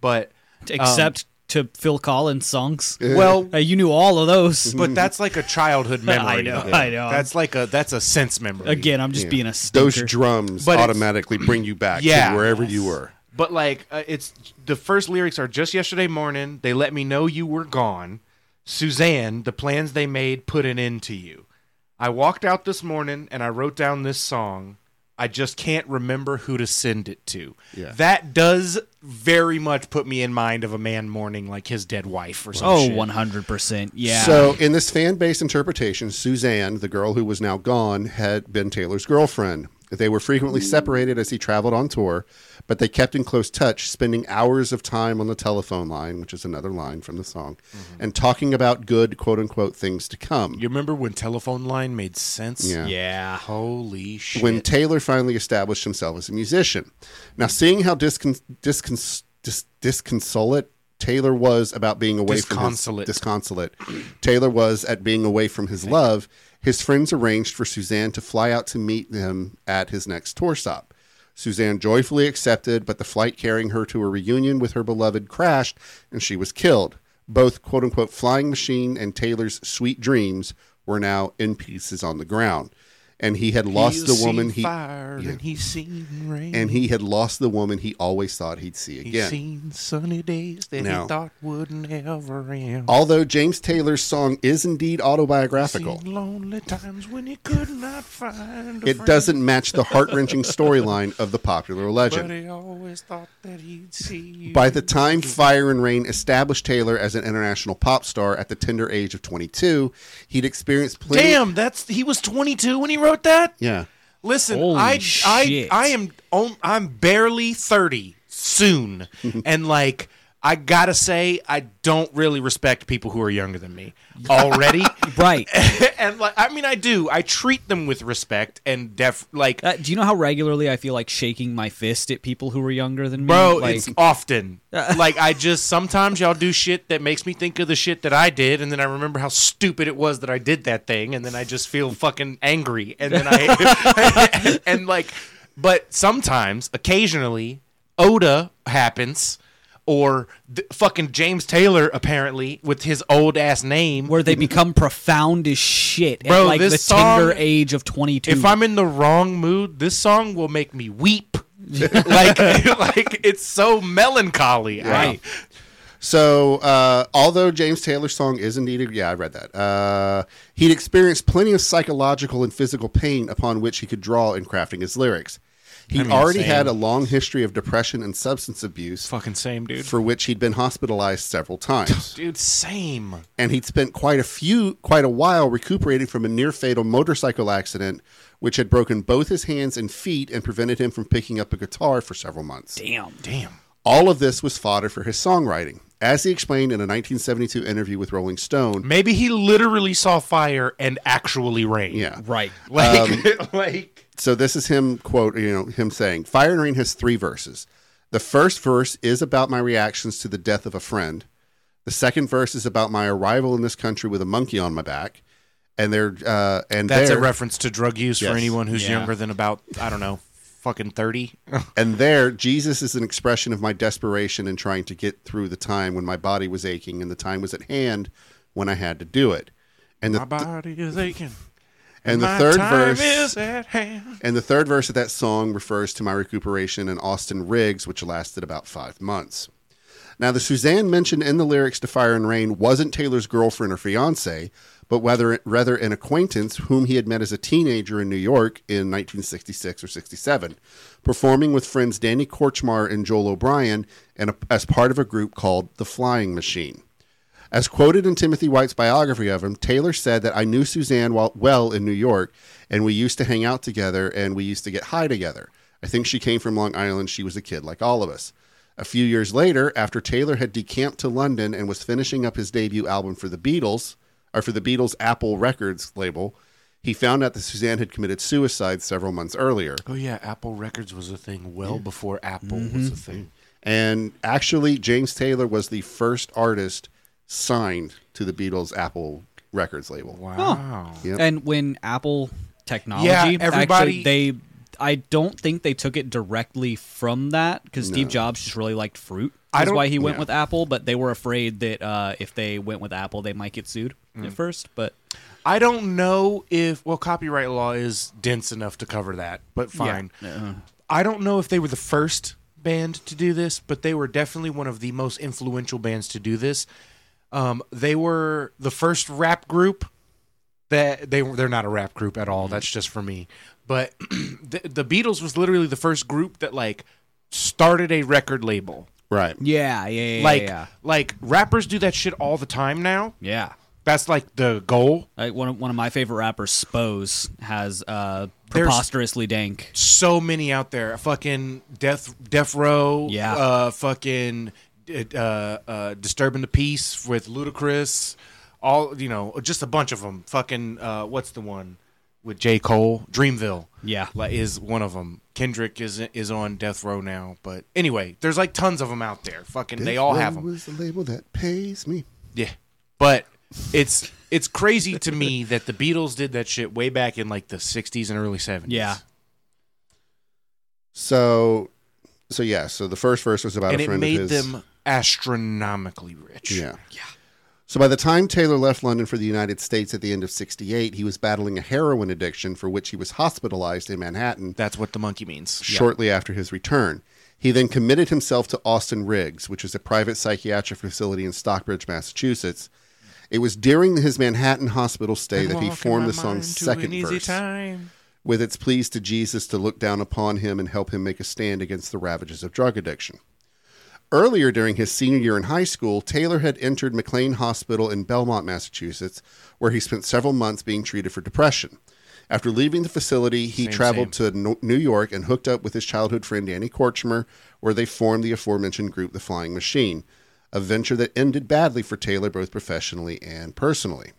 S1: But
S2: except to Phil Collins songs.
S1: well,
S2: Uh, you knew all of those.
S1: but that's like a childhood memory.
S2: Mm-hmm. I know,
S1: though.
S2: I know.
S1: That's like a that's a sense memory.
S2: Again, I'm just being a
S3: Those
S2: stinker.
S3: drums
S1: But it's-
S3: automatically bring you back
S1: Yeah.
S3: to wherever you were.
S1: But like, uh, it's the first lyrics are just yesterday morning. They let me know you were gone. Suzanne, the plans they made put an end to you. I walked out this morning and I wrote down this song. I just can't remember who to send it to.
S3: Yeah.
S1: That does very much put me in mind of a man mourning like his dead wife or something.
S2: Oh, 100%. Yeah.
S3: So, in this fan based interpretation, Suzanne, the girl who was now gone, had been Taylor's girlfriend. They were frequently separated as he traveled on tour, but they kept in close touch, spending hours of time on the telephone line, which is another line from the song, and talking about good, quote unquote, things to come.
S1: You remember when telephone line made sense?
S3: Yeah.
S2: yeah.
S1: Holy shit.
S3: when Taylor finally established himself as a musician. Now, seeing how discon- discon- dis- disconsolate Taylor was about being away
S1: Disconsolate.
S3: from his, disconsolate Taylor was at being away from his love, his friends arranged for Suzanne to fly out to meet him at his next tour stop. Suzanne joyfully accepted, but the flight carrying her to a reunion with her beloved crashed and she was killed. Both quote unquote flying machine and Taylor's sweet dreams were now in pieces on the ground. And he had lost
S1: He's
S3: the woman
S1: seen
S3: he
S1: fire
S3: Yeah.
S1: and he's seen rain.
S3: and he had lost the woman he always thought he'd see
S1: He's
S3: again.
S1: seen sunny days that
S3: Now-
S1: he thought wouldn't ever end.
S3: Although James Taylor's song is indeed autobiographical,
S1: Seen lonely times when he could not find a
S3: it
S1: friend,
S3: doesn't match the heart wrenching storyline of the popular
S1: But
S3: legend.
S1: he always thought that he'd see you.
S3: By the time Fire and Rain established Taylor as an international pop star at the tender age of 22, he'd experienced plenty.
S1: Damn, that's he was 22 when he wrote that.
S3: Yeah.
S1: Listen,
S2: Holy
S1: I, I
S2: shit.
S1: I am on, I'm barely 30 soon, and like I gotta say, I don't really respect people who are younger than me already.
S2: Right.
S1: and like, I mean, I do. I treat them with respect and def like,
S2: Uh, do you know how regularly I feel like shaking my fist at people who are younger than me?
S1: bro,
S2: like,
S1: it's often. like I just sometimes y'all do shit that makes me think of the shit that I did, and then I remember how stupid it was that I did that thing, and then I just feel fucking angry, and then I and like, but sometimes, occasionally, Oda happens. Or th- fucking James Taylor apparently with his old ass name.
S2: where they become profound as shit
S1: Bro,
S2: at like
S1: this
S2: the
S1: song-
S2: tender age of 22.
S1: if I'm in the wrong mood, this song will make me weep. like, like it's so melancholy.
S2: Right.
S3: So, uh, although James Taylor's song is indeed, a, yeah, I read that. Uh, he'd experienced plenty of psychological and physical pain upon which he could draw in crafting his lyrics. He would already
S1: same.
S3: had a long history of depression and substance abuse,
S1: fucking same, dude.
S3: for which he'd been hospitalized several times.
S1: dude, same.
S3: and he'd spent quite a few quite a while recuperating from a near fatal motorcycle accident which had broken both his hands and feet and prevented him from picking up a guitar for several months.
S2: Damn.
S1: Damn.
S3: All of this was fodder for his songwriting. As he explained in a 1972 interview with Rolling Stone,
S1: Maybe he literally saw fire and actually rain.
S3: yeah. Um,
S2: Right.
S1: Like, like.
S3: So this is him quote, you know, him saying, "Fire and Rain has three verses. The first verse is about my reactions to the death of a friend. The second verse is about my arrival in this country with a monkey on my back." And there uh and
S1: That's
S3: there,
S1: a reference to drug use
S3: Yes.
S1: for anyone who's
S2: Yeah.
S1: younger than about, I don't know, fucking 30.
S3: And there, Jesus is an expression of my desperation in trying to get through the time when my body was aching and the time was at hand when I had to do it. And the
S1: My body is aching.
S3: and the
S1: My
S3: third
S1: time
S3: verse
S1: is at hand.
S3: and the third verse of that song refers to my recuperation in Austin Riggs, which lasted about five months. Now, the Suzanne mentioned in the lyrics to Fire and Rain wasn't Taylor's girlfriend or fiance, but whether rather an acquaintance whom he had met as a teenager in New York in 1966 or 67, performing with friends Danny Korchmar and Joel O'Brien and a, as part of a group called the Flying Machine. As quoted in Timothy White's biography of him, Taylor said that I knew Suzanne while, well in New York, and we used to hang out together and we used to get high together. I think she came from Long Island. She was a kid like all of us. A few years later, after Taylor had decamped to London and was finishing up his debut album for the Beatles, or for the Beatles Apple Records label, He found out that Suzanne had committed suicide several months earlier.
S1: Oh yeah, Apple Records was a thing well before Apple
S3: Mm-hmm.
S1: was a thing.
S3: And actually, James Taylor was the first artist signed to the Beatles' Apple Records label.
S1: Wow.
S3: Yep.
S2: And when Apple technology,
S1: Yeah,
S2: actually,
S1: everybody-
S2: they, I don't think they took it directly from that because Steve Jobs just really liked fruit.
S1: I
S2: That's
S1: don't-
S2: why he went with Apple, but they were afraid that uh, if they went with Apple, they might get sued
S1: Mm.
S2: at first. But
S1: I don't know if well copyright law is dense enough to cover that, but fine. I don't know if they were the first band to do this, but they were definitely one of the most influential bands to do this. Um, they were the first rap group that they were they're not a rap group at
S2: Mm-hmm.
S1: all. That's just for me. But the, the Beatles was literally the first group that like started a record label.
S3: Right.
S2: yeah, yeah, yeah
S1: Like
S2: yeah,
S1: like rappers do that shit all the time now.
S2: yeah.
S1: That's like the goal.
S2: Like one of, one of my favorite rappers, Spose, has uh,
S1: There's-
S2: preposterously dank.
S1: so many out there. Fucking death, death row.
S2: Yeah.
S1: Uh, fucking uh, uh, disturbing the peace with Ludacris. All you know, just a bunch of them. Fucking uh, what's the one with J Cole? Dreamville.
S2: Yeah.
S1: like, is one of them. Kendrick is is on death row now. But anyway, there's like tons of them out there. Fucking they all have them.
S3: Was the label that pays me?
S1: Yeah, but it's it's crazy to me that the Beatles did that shit way back in like the '60s and early '70s.
S2: Yeah.
S3: So, so yeah. So the first verse was about
S1: and
S3: a
S1: it
S3: friend
S1: made
S3: of his.
S1: them astronomically rich.
S3: Yeah. Yeah. So by the time Taylor left London for the United States at the end of 68, he was battling a heroin addiction for which he was hospitalized in Manhattan
S1: That's what the monkey means.
S3: shortly after his return. He then committed himself to Austin Riggs, which is a private psychiatric facility in Stockbridge, Massachusetts. It was during his Manhattan hospital stay that he formed the song's second verse,
S1: time.
S3: with its pleas to Jesus to look down upon him and help him make a stand against the ravages of drug addiction. Earlier during his senior year in high school, Taylor had entered McLean Hospital in Belmont, Massachusetts, where he spent several months being treated for depression. After leaving the facility, he traveled to No- New York and hooked up with his childhood friend Annie Korchmer, where they formed the aforementioned group The Flying Machine, a venture that ended badly for Taylor both professionally and personally.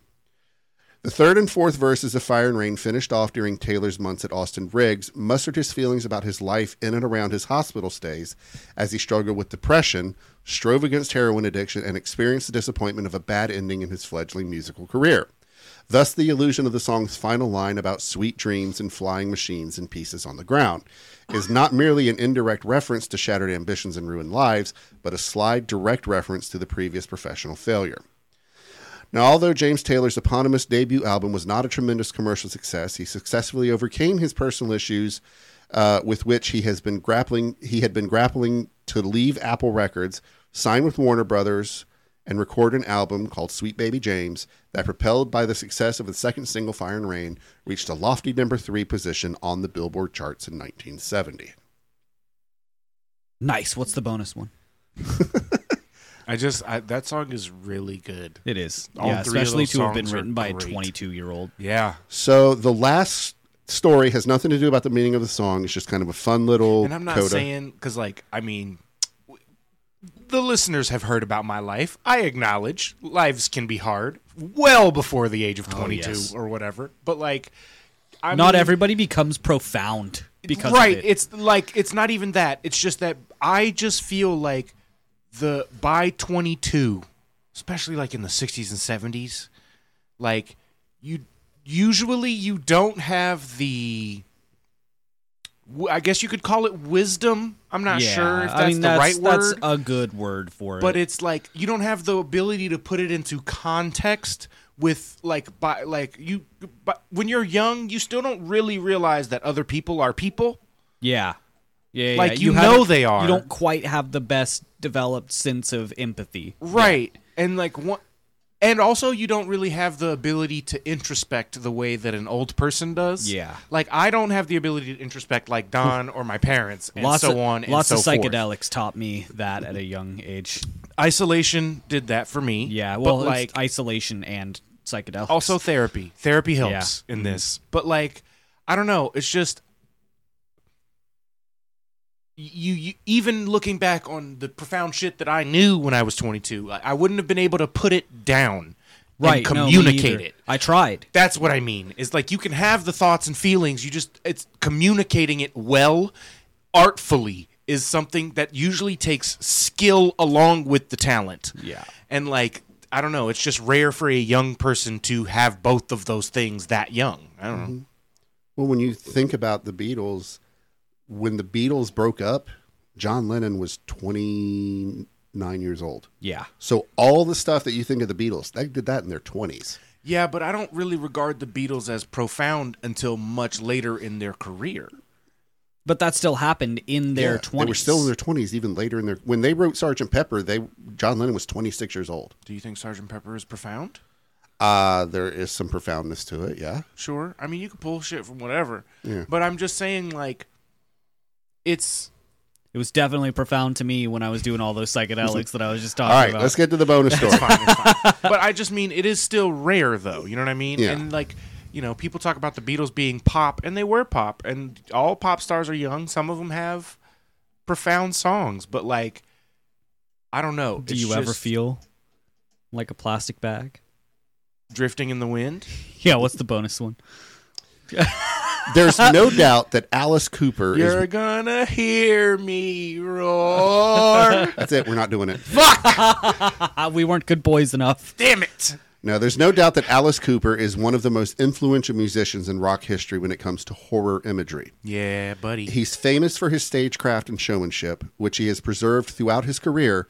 S3: The third and fourth verses of Fire and Rain, finished off during Taylor's months at Austin Riggs, mustered his feelings about his life in and around his hospital stays as he struggled with depression, strove against heroin addiction, and experienced the disappointment of a bad ending in his fledgling musical career. Thus, the illusion of the song's final line about sweet dreams and flying machines and pieces on the ground is not merely an indirect reference to shattered ambitions and ruined lives, but a sly direct reference to the previous professional failure. Now, although James Taylor's eponymous debut album was not a tremendous commercial success, he successfully overcame his personal issues uh, with which he has been grappling. He had been grappling to leave Apple Records, sign with Warner Brothers, and record an album called Sweet Baby James that, propelled by the success of the second single Fire and Rain, reached a lofty number three position on the Billboard charts in 1970.
S2: Nice. What's the bonus one?
S1: I just I, that song is really good.
S2: It is.
S1: All
S2: yeah,
S1: three of
S2: especially
S1: those
S2: to have been
S1: songs are
S2: written by a
S1: great.
S2: 22 year old.
S1: Yeah,
S3: So the last story has nothing to do about the meaning of the song. It's just kind of a fun little.
S1: and I'm not
S3: Oh, coda.
S1: saying because like I mean, the listeners have heard about my life. I acknowledge lives can be hard, well before the age of 22
S2: yes.
S1: or whatever. But like, I
S2: Not
S1: mean,
S2: everybody becomes profound because
S1: right
S2: of it.
S1: it's like it's not even that it's just that i just feel like the by 22 especially like in the 60s and 70s like you usually you don't have the w- i guess you could call it wisdom i'm not
S2: Yeah,
S1: sure if that's
S2: I mean,
S1: the right
S2: that's
S1: word
S2: a good word for
S1: but
S2: it.
S1: it's like you don't have the ability to put it into context with like by like you but when you're young you still don't really realize that other people are people
S2: yeah, yeah, yeah,
S1: Like,
S2: yeah.
S1: you know
S2: haven't-
S1: they are.
S2: You don't quite have the best developed sense of empathy.
S1: right and like one and also you don't really have the ability to introspect the way that an old person does
S2: Yeah.
S1: like i don't have the ability to introspect like don or my parents and
S2: lots
S1: so
S2: of,
S1: on and
S2: lots
S1: so
S2: of
S1: forth.
S2: psychedelics taught me that at a young age.
S1: isolation did that for me
S2: Yeah, well,
S1: but
S2: it's
S1: like
S2: isolation and psychedelics.
S1: also therapy therapy helps
S2: Mm-hmm.
S1: in this but like i don't know it's just you, you even looking back on the profound shit that i knew when i was 22 i, I wouldn't have been able to put it down
S2: right?
S1: and
S2: no, me
S1: communicate
S2: either.
S1: it.
S2: I tried.
S1: That's what I mean. Is like you can have the thoughts and feelings. You just it's communicating it well, artfully is something that usually takes skill along with the talent.
S2: Yeah.
S1: And like I don't know, it's just rare for a young person to have both of those things that young. I don't know.
S3: Well, when you think about the Beatles, when the Beatles broke up, John Lennon was 29 years old.
S2: Yeah,
S3: So all the stuff that you think of the Beatles, they did that in their 20s.
S1: Yeah, but I don't really regard the Beatles as profound until much later in their career.
S2: but that still happened in their
S3: Yeah,
S2: twenties.
S3: They were still in their 20s even later in their when they wrote Sergeant Pepper, they John Lennon was 26 years old.
S1: Do you think Sergeant Pepper is profound?
S3: Uh there is some profoundness to it, yeah.
S1: Sure. I mean, you can pull shit from whatever.
S3: Yeah.
S1: But I'm just saying like it's
S2: It was definitely profound to me when I was doing all those psychedelics that I was just talking
S3: All right,
S2: about.
S3: let's get to the bonus story.
S1: It's fine, it's fine. but I just mean it is still rare, though. You know what I mean?
S3: Yeah.
S1: And like, you know, people talk about the Beatles being pop, and they were pop, and all pop stars are young. Some of them have profound songs, but like, I don't know.
S2: Do
S1: It's
S2: you ever
S1: just
S2: feel like a plastic bag?
S1: drifting in the wind?
S2: Yeah. What's the bonus one?
S3: There's no doubt that Alice Cooper
S1: You're
S3: is
S1: gonna hear me roar.
S3: That's it, we're not doing it.
S2: Ah, we weren't good boys enough.
S1: Damn it!
S3: No, there's no doubt that Alice Cooper is one of the most influential musicians in rock history when it comes to horror imagery.
S1: Yeah, buddy.
S3: He's famous for his stagecraft and showmanship, which he has preserved throughout his career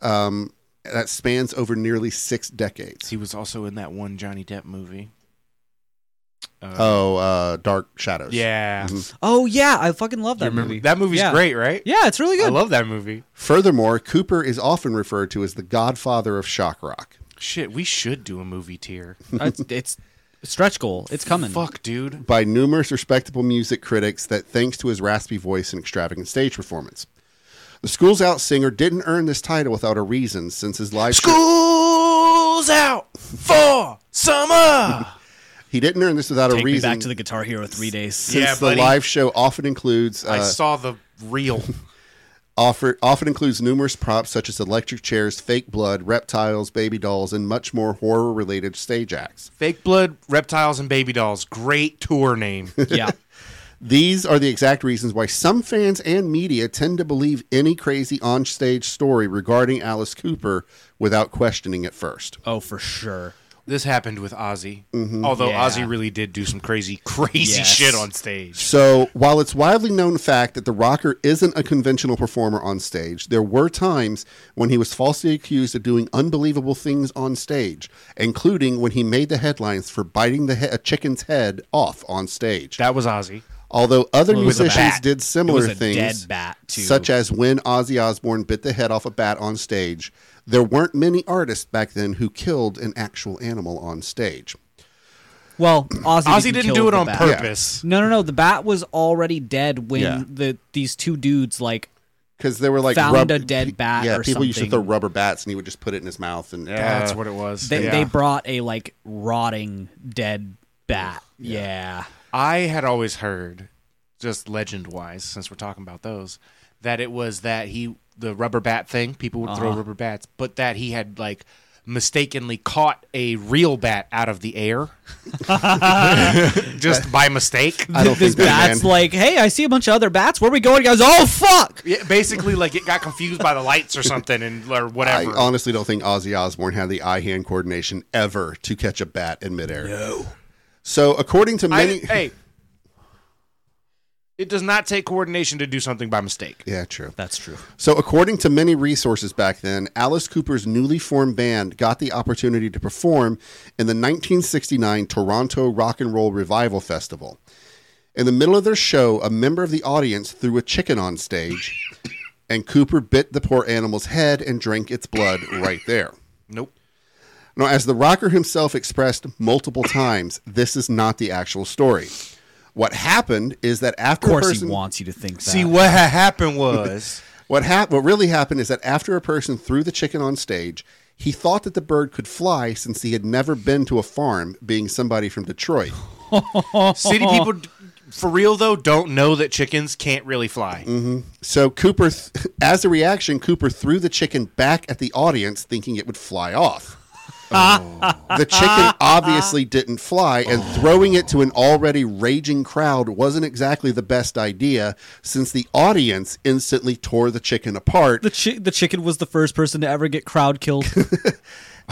S3: um, that spans over nearly six decades.
S1: He was also in that one Johnny Depp movie.
S3: Oh, uh, Dark Shadows.
S1: Yeah,
S2: Oh yeah, I fucking love that movie.
S1: that movie's
S2: Yeah.
S1: great, right?
S2: Yeah, it's really
S1: I
S2: good.
S1: love that movie.
S3: Furthermore, Cooper is often referred to as the godfather of shock rock.
S1: Shit, we should do a movie tier.
S2: it's, it's stretch goal. It's coming.
S1: Fuck, dude.
S3: by numerous respectable music critics that thanks to his raspy voice and extravagant stage performance. The School's Out singer didn't earn this title without a reason since his live show-
S1: School's out for summer.
S3: he didn't earn this without a
S2: Take me
S3: reason
S2: back to the Guitar Hero three days.
S3: since
S1: Yeah,
S3: the
S1: buddy.
S3: live show often includes
S1: I
S3: uh,
S1: saw the reel.
S3: offer, often includes numerous props such as electric chairs, fake blood, reptiles, baby dolls, and much more horror related stage acts.
S1: Fake blood, reptiles, and baby dolls. Great tour name.
S2: yeah.
S3: These are the exact reasons why some fans and media tend to believe any crazy onstage story regarding Alice Cooper without questioning it first.
S2: Oh, for sure.
S1: this happened with Ozzy. Although
S2: Yeah.
S1: Ozzy really did do some crazy, crazy
S2: Yes.
S1: shit on stage.
S3: So, while it's widely known fact that the rocker isn't a conventional performer on stage, there were times when he was falsely accused of doing unbelievable things on stage, including when he made the headlines for biting the he- a chicken's head off on stage.
S1: That was Ozzy.
S3: Although other
S2: Well, it was a
S3: musicians
S2: bat.
S3: did similar
S2: It was a
S3: things,
S2: dead bat, too.
S3: such as when Ozzy Osbourne bit the head off a bat on stage, there weren't many artists back then who killed an actual animal on stage.
S2: Well, Ozzy,
S1: Ozzy didn't
S2: kill
S1: do it
S2: the
S1: on
S2: bat.
S1: purpose.
S2: No, no, no. The bat was already dead when
S3: Yeah.
S2: the these two dudes like
S3: Because there were like
S2: Found
S3: rub-
S2: a dead bat
S3: Yeah,
S2: or
S3: people used to
S2: something.
S3: throw rubber bats, and he would just put it in his mouth and
S1: That's what it was.
S2: they,
S1: Yeah.
S2: they brought a like rotting dead bat. Yeah.
S1: I had always heard, just legend wise, since we're talking about those, that it was that he the rubber bat thing. People would throw rubber bats, but that he had like mistakenly caught a real bat out of the air, just by mistake.
S3: I don't
S2: this
S3: think that
S2: bat's
S3: man-
S2: like, hey, I see a bunch of other bats. Where are we going? He goes, oh fuck!
S1: Yeah, basically, like it got confused by the lights or something, and or
S3: I uh,
S1: whatever.
S3: honestly don't think Ozzy Osbourne had the eye-hand coordination ever to catch a bat in midair. No. So according to
S1: I-
S3: many,
S1: hey, it does not take coordination to do something by mistake.
S3: yeah, true.
S2: That's true.
S3: So according to many resources back then, Alice Cooper's newly formed band got the opportunity to perform in the 1969 Toronto Rock and Roll Revival Festival. In the middle of their show, a member of the audience threw a chicken on stage, and Cooper bit the poor animal's head and drank its blood right there.
S1: Nope.
S3: Now, as the rocker himself expressed multiple times, this is not the actual story. What happened is that after
S2: Of course,
S3: a person,
S2: he wants you to think that.
S1: See what ha- happened was.
S3: what hap- what really happened is that after a person threw the chicken on stage, he thought that the bird could fly since he had never been to a farm, being somebody from Detroit.
S1: City people, d- for real though, don't know that chickens can't really fly.
S3: Mm-hmm. So Cooper, th- as a reaction, Cooper threw the chicken back at the audience, thinking it would fly off. The chicken obviously didn't fly, and throwing it to an already raging crowd wasn't exactly the best idea since the audience instantly tore the chicken apart.
S2: The chi- the chicken was the first person to ever get crowd killed.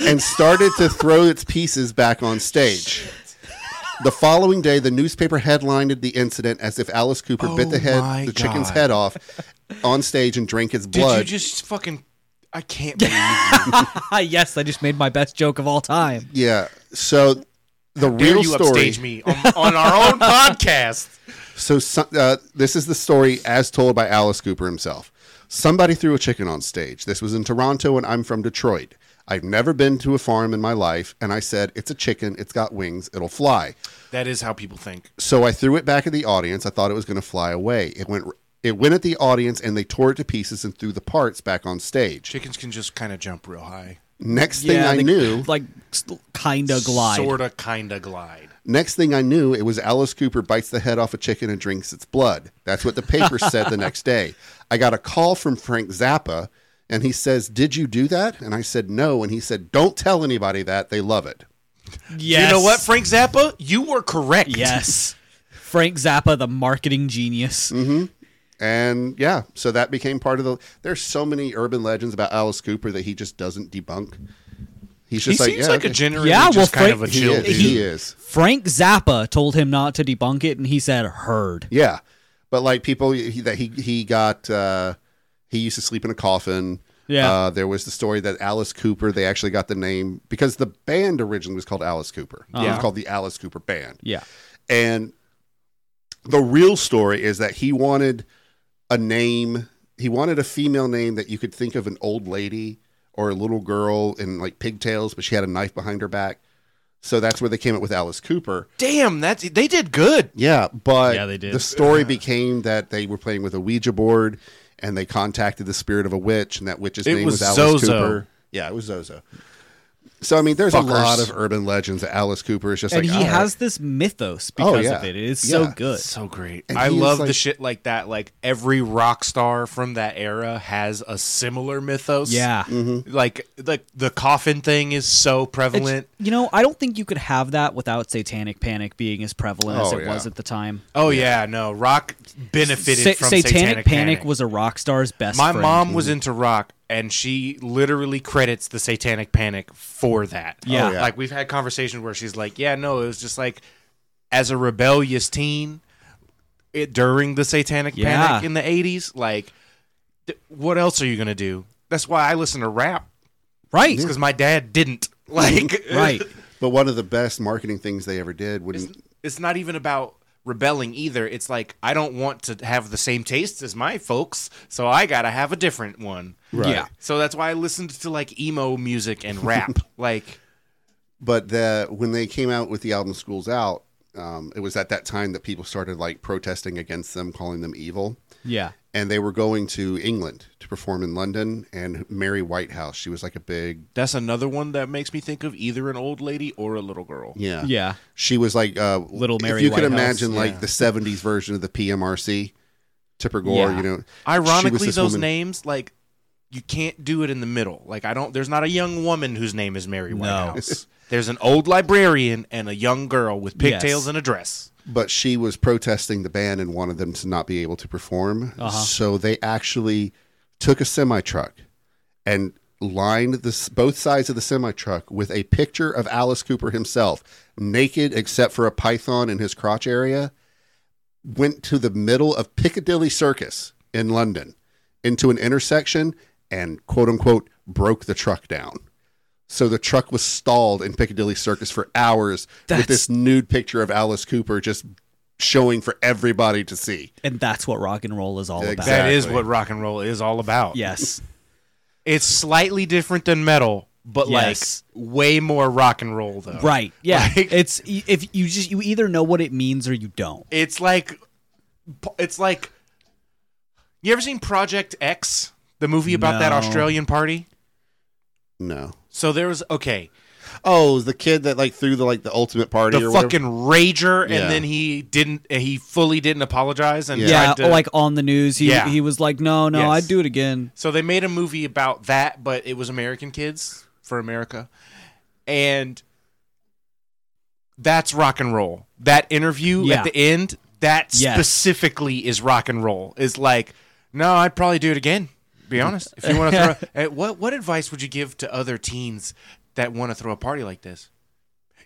S3: and started to throw its pieces back on stage. The following day, the newspaper headlined the incident as if Alice Cooper bit the
S1: Oh my
S3: head, the chicken's
S1: God.
S3: head off on stage and drank its
S1: Did
S3: blood.
S1: you just fucking? I can't believe you.
S2: yes, I just made my best joke of all time.
S3: yeah. So the
S1: Dare
S3: real
S1: you
S3: story.
S1: upstage me on, on our own podcast?
S3: So, so uh, this is the story as told by Alice Cooper himself. Somebody threw a chicken on stage. This was in Toronto, and I'm from Detroit. I've never been to a farm in my life, and I said, It's a chicken. It's got wings. It'll fly.
S1: That is how people think.
S3: So I threw it back at the audience. I thought it was going to fly away. It went. It went at the audience, and they tore it to pieces and threw the parts back on stage.
S1: Chickens can just kind of jump real high.
S3: Next thing I
S2: they-
S3: knew,
S2: like kind of glide.
S1: Sorta, kinda glide.
S3: next thing I knew, it was Alice Cooper bites the head off a chicken and drinks its blood. That's what the paper said the next day. I got a call from Frank Zappa, and he says, "Did you do that?" And I said, "No." And he said, "Don't tell anybody that. They love it."
S2: Yes.
S1: You know what, Frank Zappa? You were correct.
S2: Yes. Frank Zappa, the marketing genius.
S3: And yeah, so that became part of the. There's so many urban legends about Alice Cooper that he just doesn't debunk. He's
S1: He
S3: just like,
S1: seems
S3: yeah,
S1: like
S3: okay.
S1: a generally
S2: Yeah,
S1: just
S2: well,
S1: kind
S2: Frank-
S1: of a
S3: He
S1: chill
S3: is,
S1: dude.
S3: he is.
S2: Frank Zappa told him not to debunk it, and he said, "Heard."
S3: Yeah, but like people he, that he he got uh, he used to sleep in a coffin.
S2: Yeah.
S3: uh, there was the story that Alice Cooper. They actually got the name because the band originally was called Alice Cooper. It was
S2: Uh-huh.
S3: called the Alice Cooper Band.
S2: Yeah.
S3: And the real story is that he wanted a name. He wanted a female name that you could think of an old lady or a little girl in like pigtails, but she had a knife behind her back. So that's where they came up with Alice Cooper.
S1: Damn, that's they did good.
S3: Yeah, but
S2: Yeah, they did.
S3: the story became that they were playing with a Ouija board and they contacted the spirit of a witch, and that witch's
S1: It
S3: name was,
S1: was
S3: Alice
S1: Zozo.
S3: Cooper. Yeah, it was Zozo. So I mean, there's a
S1: Fuckers.
S3: lot of urban legends that Alice Cooper is just
S2: and
S3: like
S2: he
S3: "All
S2: has this mythos
S3: Oh,
S2: because
S3: yeah.
S2: of it. It is
S3: Yeah.
S2: so good.
S1: So great.
S3: And
S1: I
S3: he's
S1: love the
S3: like-
S1: shit like that. Like every rock star from that era has a similar mythos.
S2: Yeah.
S3: Mm-hmm.
S1: Like like the coffin thing is so
S2: It's-
S1: prevalent.
S2: you know, I don't think you could have that without Satanic Panic being as prevalent as
S3: Oh,
S2: it
S3: yeah.
S2: was at the time.
S1: oh yeah. no. Rock benefited
S2: Sa-
S1: from
S2: Satanic,
S1: satanic
S2: Panic, was a rock star's best
S1: My
S2: friend.
S1: mom was into rock, and she literally credits the Satanic Panic for that.
S2: Yeah. Oh,
S3: yeah.
S1: like we've had conversations where she's like, "Yeah, no, it was just like as a rebellious teen it, during the Satanic Panic
S2: Yeah.
S1: in the '80s. Like, th- what else are you gonna do? That's why I listen to rap
S2: Right.
S1: because my dad didn't. Like,
S2: Right.
S3: But one of the best marketing things they ever did when
S1: it's not even about rebelling either. It's like I don't want to have the same taste as my folks, so I gotta have a different one.
S3: Right.
S2: Yeah.
S1: So that's why I listened to like emo music and rap. like
S3: but the when they came out with the album Schools Out, um, it was at that time that people started like protesting against them, calling them evil.
S2: Yeah.
S3: And they were going to England to perform in London and Mary Whitehouse, she was like a big
S1: that's another one that makes me think of either an old lady or a little girl.
S3: Yeah.
S2: Yeah.
S3: She was like uh,
S2: Little Mary
S3: If you could
S2: Whitehouse,
S3: imagine
S1: yeah.
S3: like the '70s version of the PMRC, Tipper Gore.
S2: Yeah.
S3: You know, she was
S1: Ironically,
S3: this
S1: those
S3: woman-
S1: names like you can't do it in the middle. Like I don't. There's not a young woman whose name is Mary Whitehouse. there's an old librarian and a young girl with pigtails
S2: Yes.
S1: and a dress.
S3: But she was protesting the ban and wanted them to not be able to perform.
S2: Uh-huh.
S3: So they actually took a semi truck and lined the s- both sides of the semi truck with a picture of Alice Cooper himself, naked except for a python in his crotch area. Went to the middle of Piccadilly Circus in London, into an intersection, and quote unquote broke the truck down. So the truck was stalled in Piccadilly Circus for hours with
S2: That's-
S3: this nude picture of Alice Cooper just showing for everybody to see.
S2: And that's what rock and roll is all about.
S3: Exact-
S1: That is
S3: Exactly.
S1: what rock and roll is all about.
S2: Yes.
S1: it's slightly different than metal, but
S2: Yes.
S1: like way more rock and roll though.
S2: Right. Yeah.
S1: Like-
S2: it's if you just you either know what it means or you don't.
S1: It's like, it's like. You ever seen Project X, the movie about that
S2: No.
S1: Australian party?
S3: No.
S1: So there was okay,
S3: Oh, it was the kid that like threw the like the ultimate party
S1: the
S3: or
S1: fucking rager, and
S3: Yeah.
S1: then he didn't. He fully didn't apologize, and
S2: Yeah, Oh,
S1: tried to-
S2: like on the news, he
S1: Yeah.
S2: he was like, "No, no,
S1: Yes.
S2: I'd do it again."
S1: so they made a movie about that, but it was American kids for America, and that's rock and roll. That interview
S2: Yeah.
S1: at the end, that
S2: Yes.
S1: specifically is rock and roll. Is like, no, I'd probably do it again. to Be honest. If you want to throw, eh, what what advice would you give to other teens that want to throw a party like this?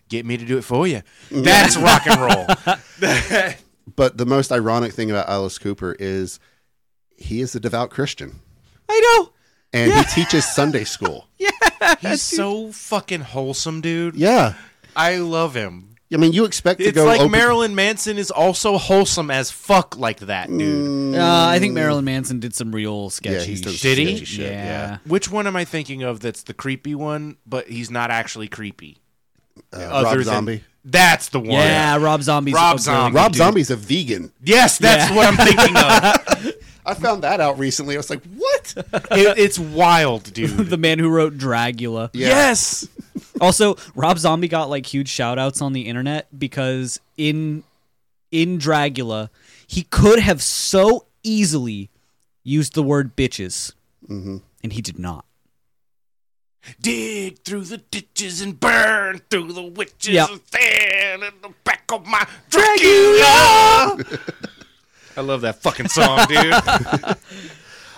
S1: Get me to do it for you. That's rock and roll.
S3: But the most ironic thing about Alice Cooper is he is a devout Christian
S1: I know.
S3: and he teaches Sunday school.
S1: He's so fucking wholesome, dude.
S3: Yeah.
S1: I love him.
S3: I mean, you expect to
S1: It's
S3: go
S1: like
S3: open-
S1: Marilyn Manson is also wholesome as fuck like that,
S3: Mm.
S1: dude.
S2: Uh, I think Marilyn Manson did some real sketchy.
S3: Yeah, he's done
S2: shit.
S1: Did he?
S3: sketchy shit,
S2: Yeah.
S1: Which one am I thinking of that's the creepy one, but he's not actually creepy?
S3: yeah. Uh,
S1: Other
S3: Rob
S1: than-
S3: Zombie.
S1: That's the one.
S2: yeah, Rob Zombie's
S1: Rob
S2: a really
S1: Zombie.
S2: good
S3: Rob
S2: dude.
S3: Zombie's a vegan.
S1: Yes, that's
S2: Yeah.
S1: what I'm thinking of.
S3: I found that out recently. I was like, what?
S1: It, it's wild, dude.
S2: the man who wrote Dragula.
S3: Yeah.
S1: Yes.
S2: Also, Rob Zombie got like huge shout outs on the internet because in in Dragula, he could have so easily used the word bitches.
S1: Mm-hmm.
S2: And he did not.
S1: Dig through the ditches and burn through the witches
S2: Yeah.
S1: and stand in the back of my Dracula. I love that fucking song, dude.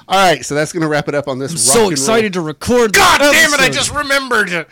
S3: All right, so that's going to wrap it up on this. rock and
S2: so
S3: roll-
S2: excited to record this
S1: God damn it! I
S2: episode.
S1: just remembered.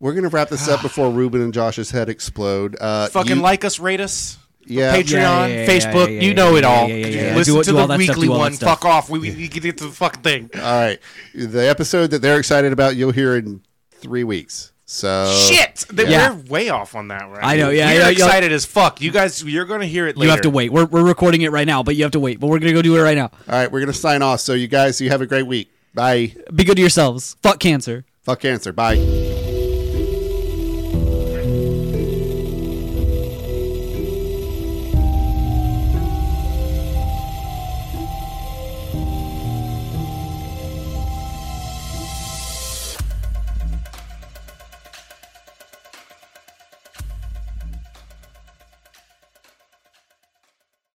S3: We're going to wrap this up before Ruben and Josh's head explode. Uh,
S1: Fucking
S3: you-
S1: like us, rate us.
S3: yeah,
S1: Patreon,
S2: Yeah, yeah, yeah,
S1: Facebook,
S2: yeah, yeah,
S1: you know
S2: yeah,
S1: it all.
S2: yeah, yeah, yeah, yeah.
S1: Listen
S2: Do-
S1: to
S2: do all
S1: the
S2: that stuff,
S1: weekly
S2: do all that
S1: one.
S2: stuff. Uh,
S1: Fuck off. We, we, we can get to the fucking thing.
S3: All right, the episode that they're excited about, you'll hear in three weeks. So
S1: Shit, they,
S2: Yeah.
S1: we're way off on that, right?
S2: I know, yeah,
S1: we're
S2: yeah, yeah.
S1: excited as fuck. You guys, you're gonna hear it later.
S2: You have to wait. We're, we're recording it right now, but you have to wait. But we're going to go do it right now.
S3: All right, we're going to sign off. So you guys, you have a great week. Bye.
S2: Be good to yourselves. Fuck cancer.
S3: Fuck cancer. Bye.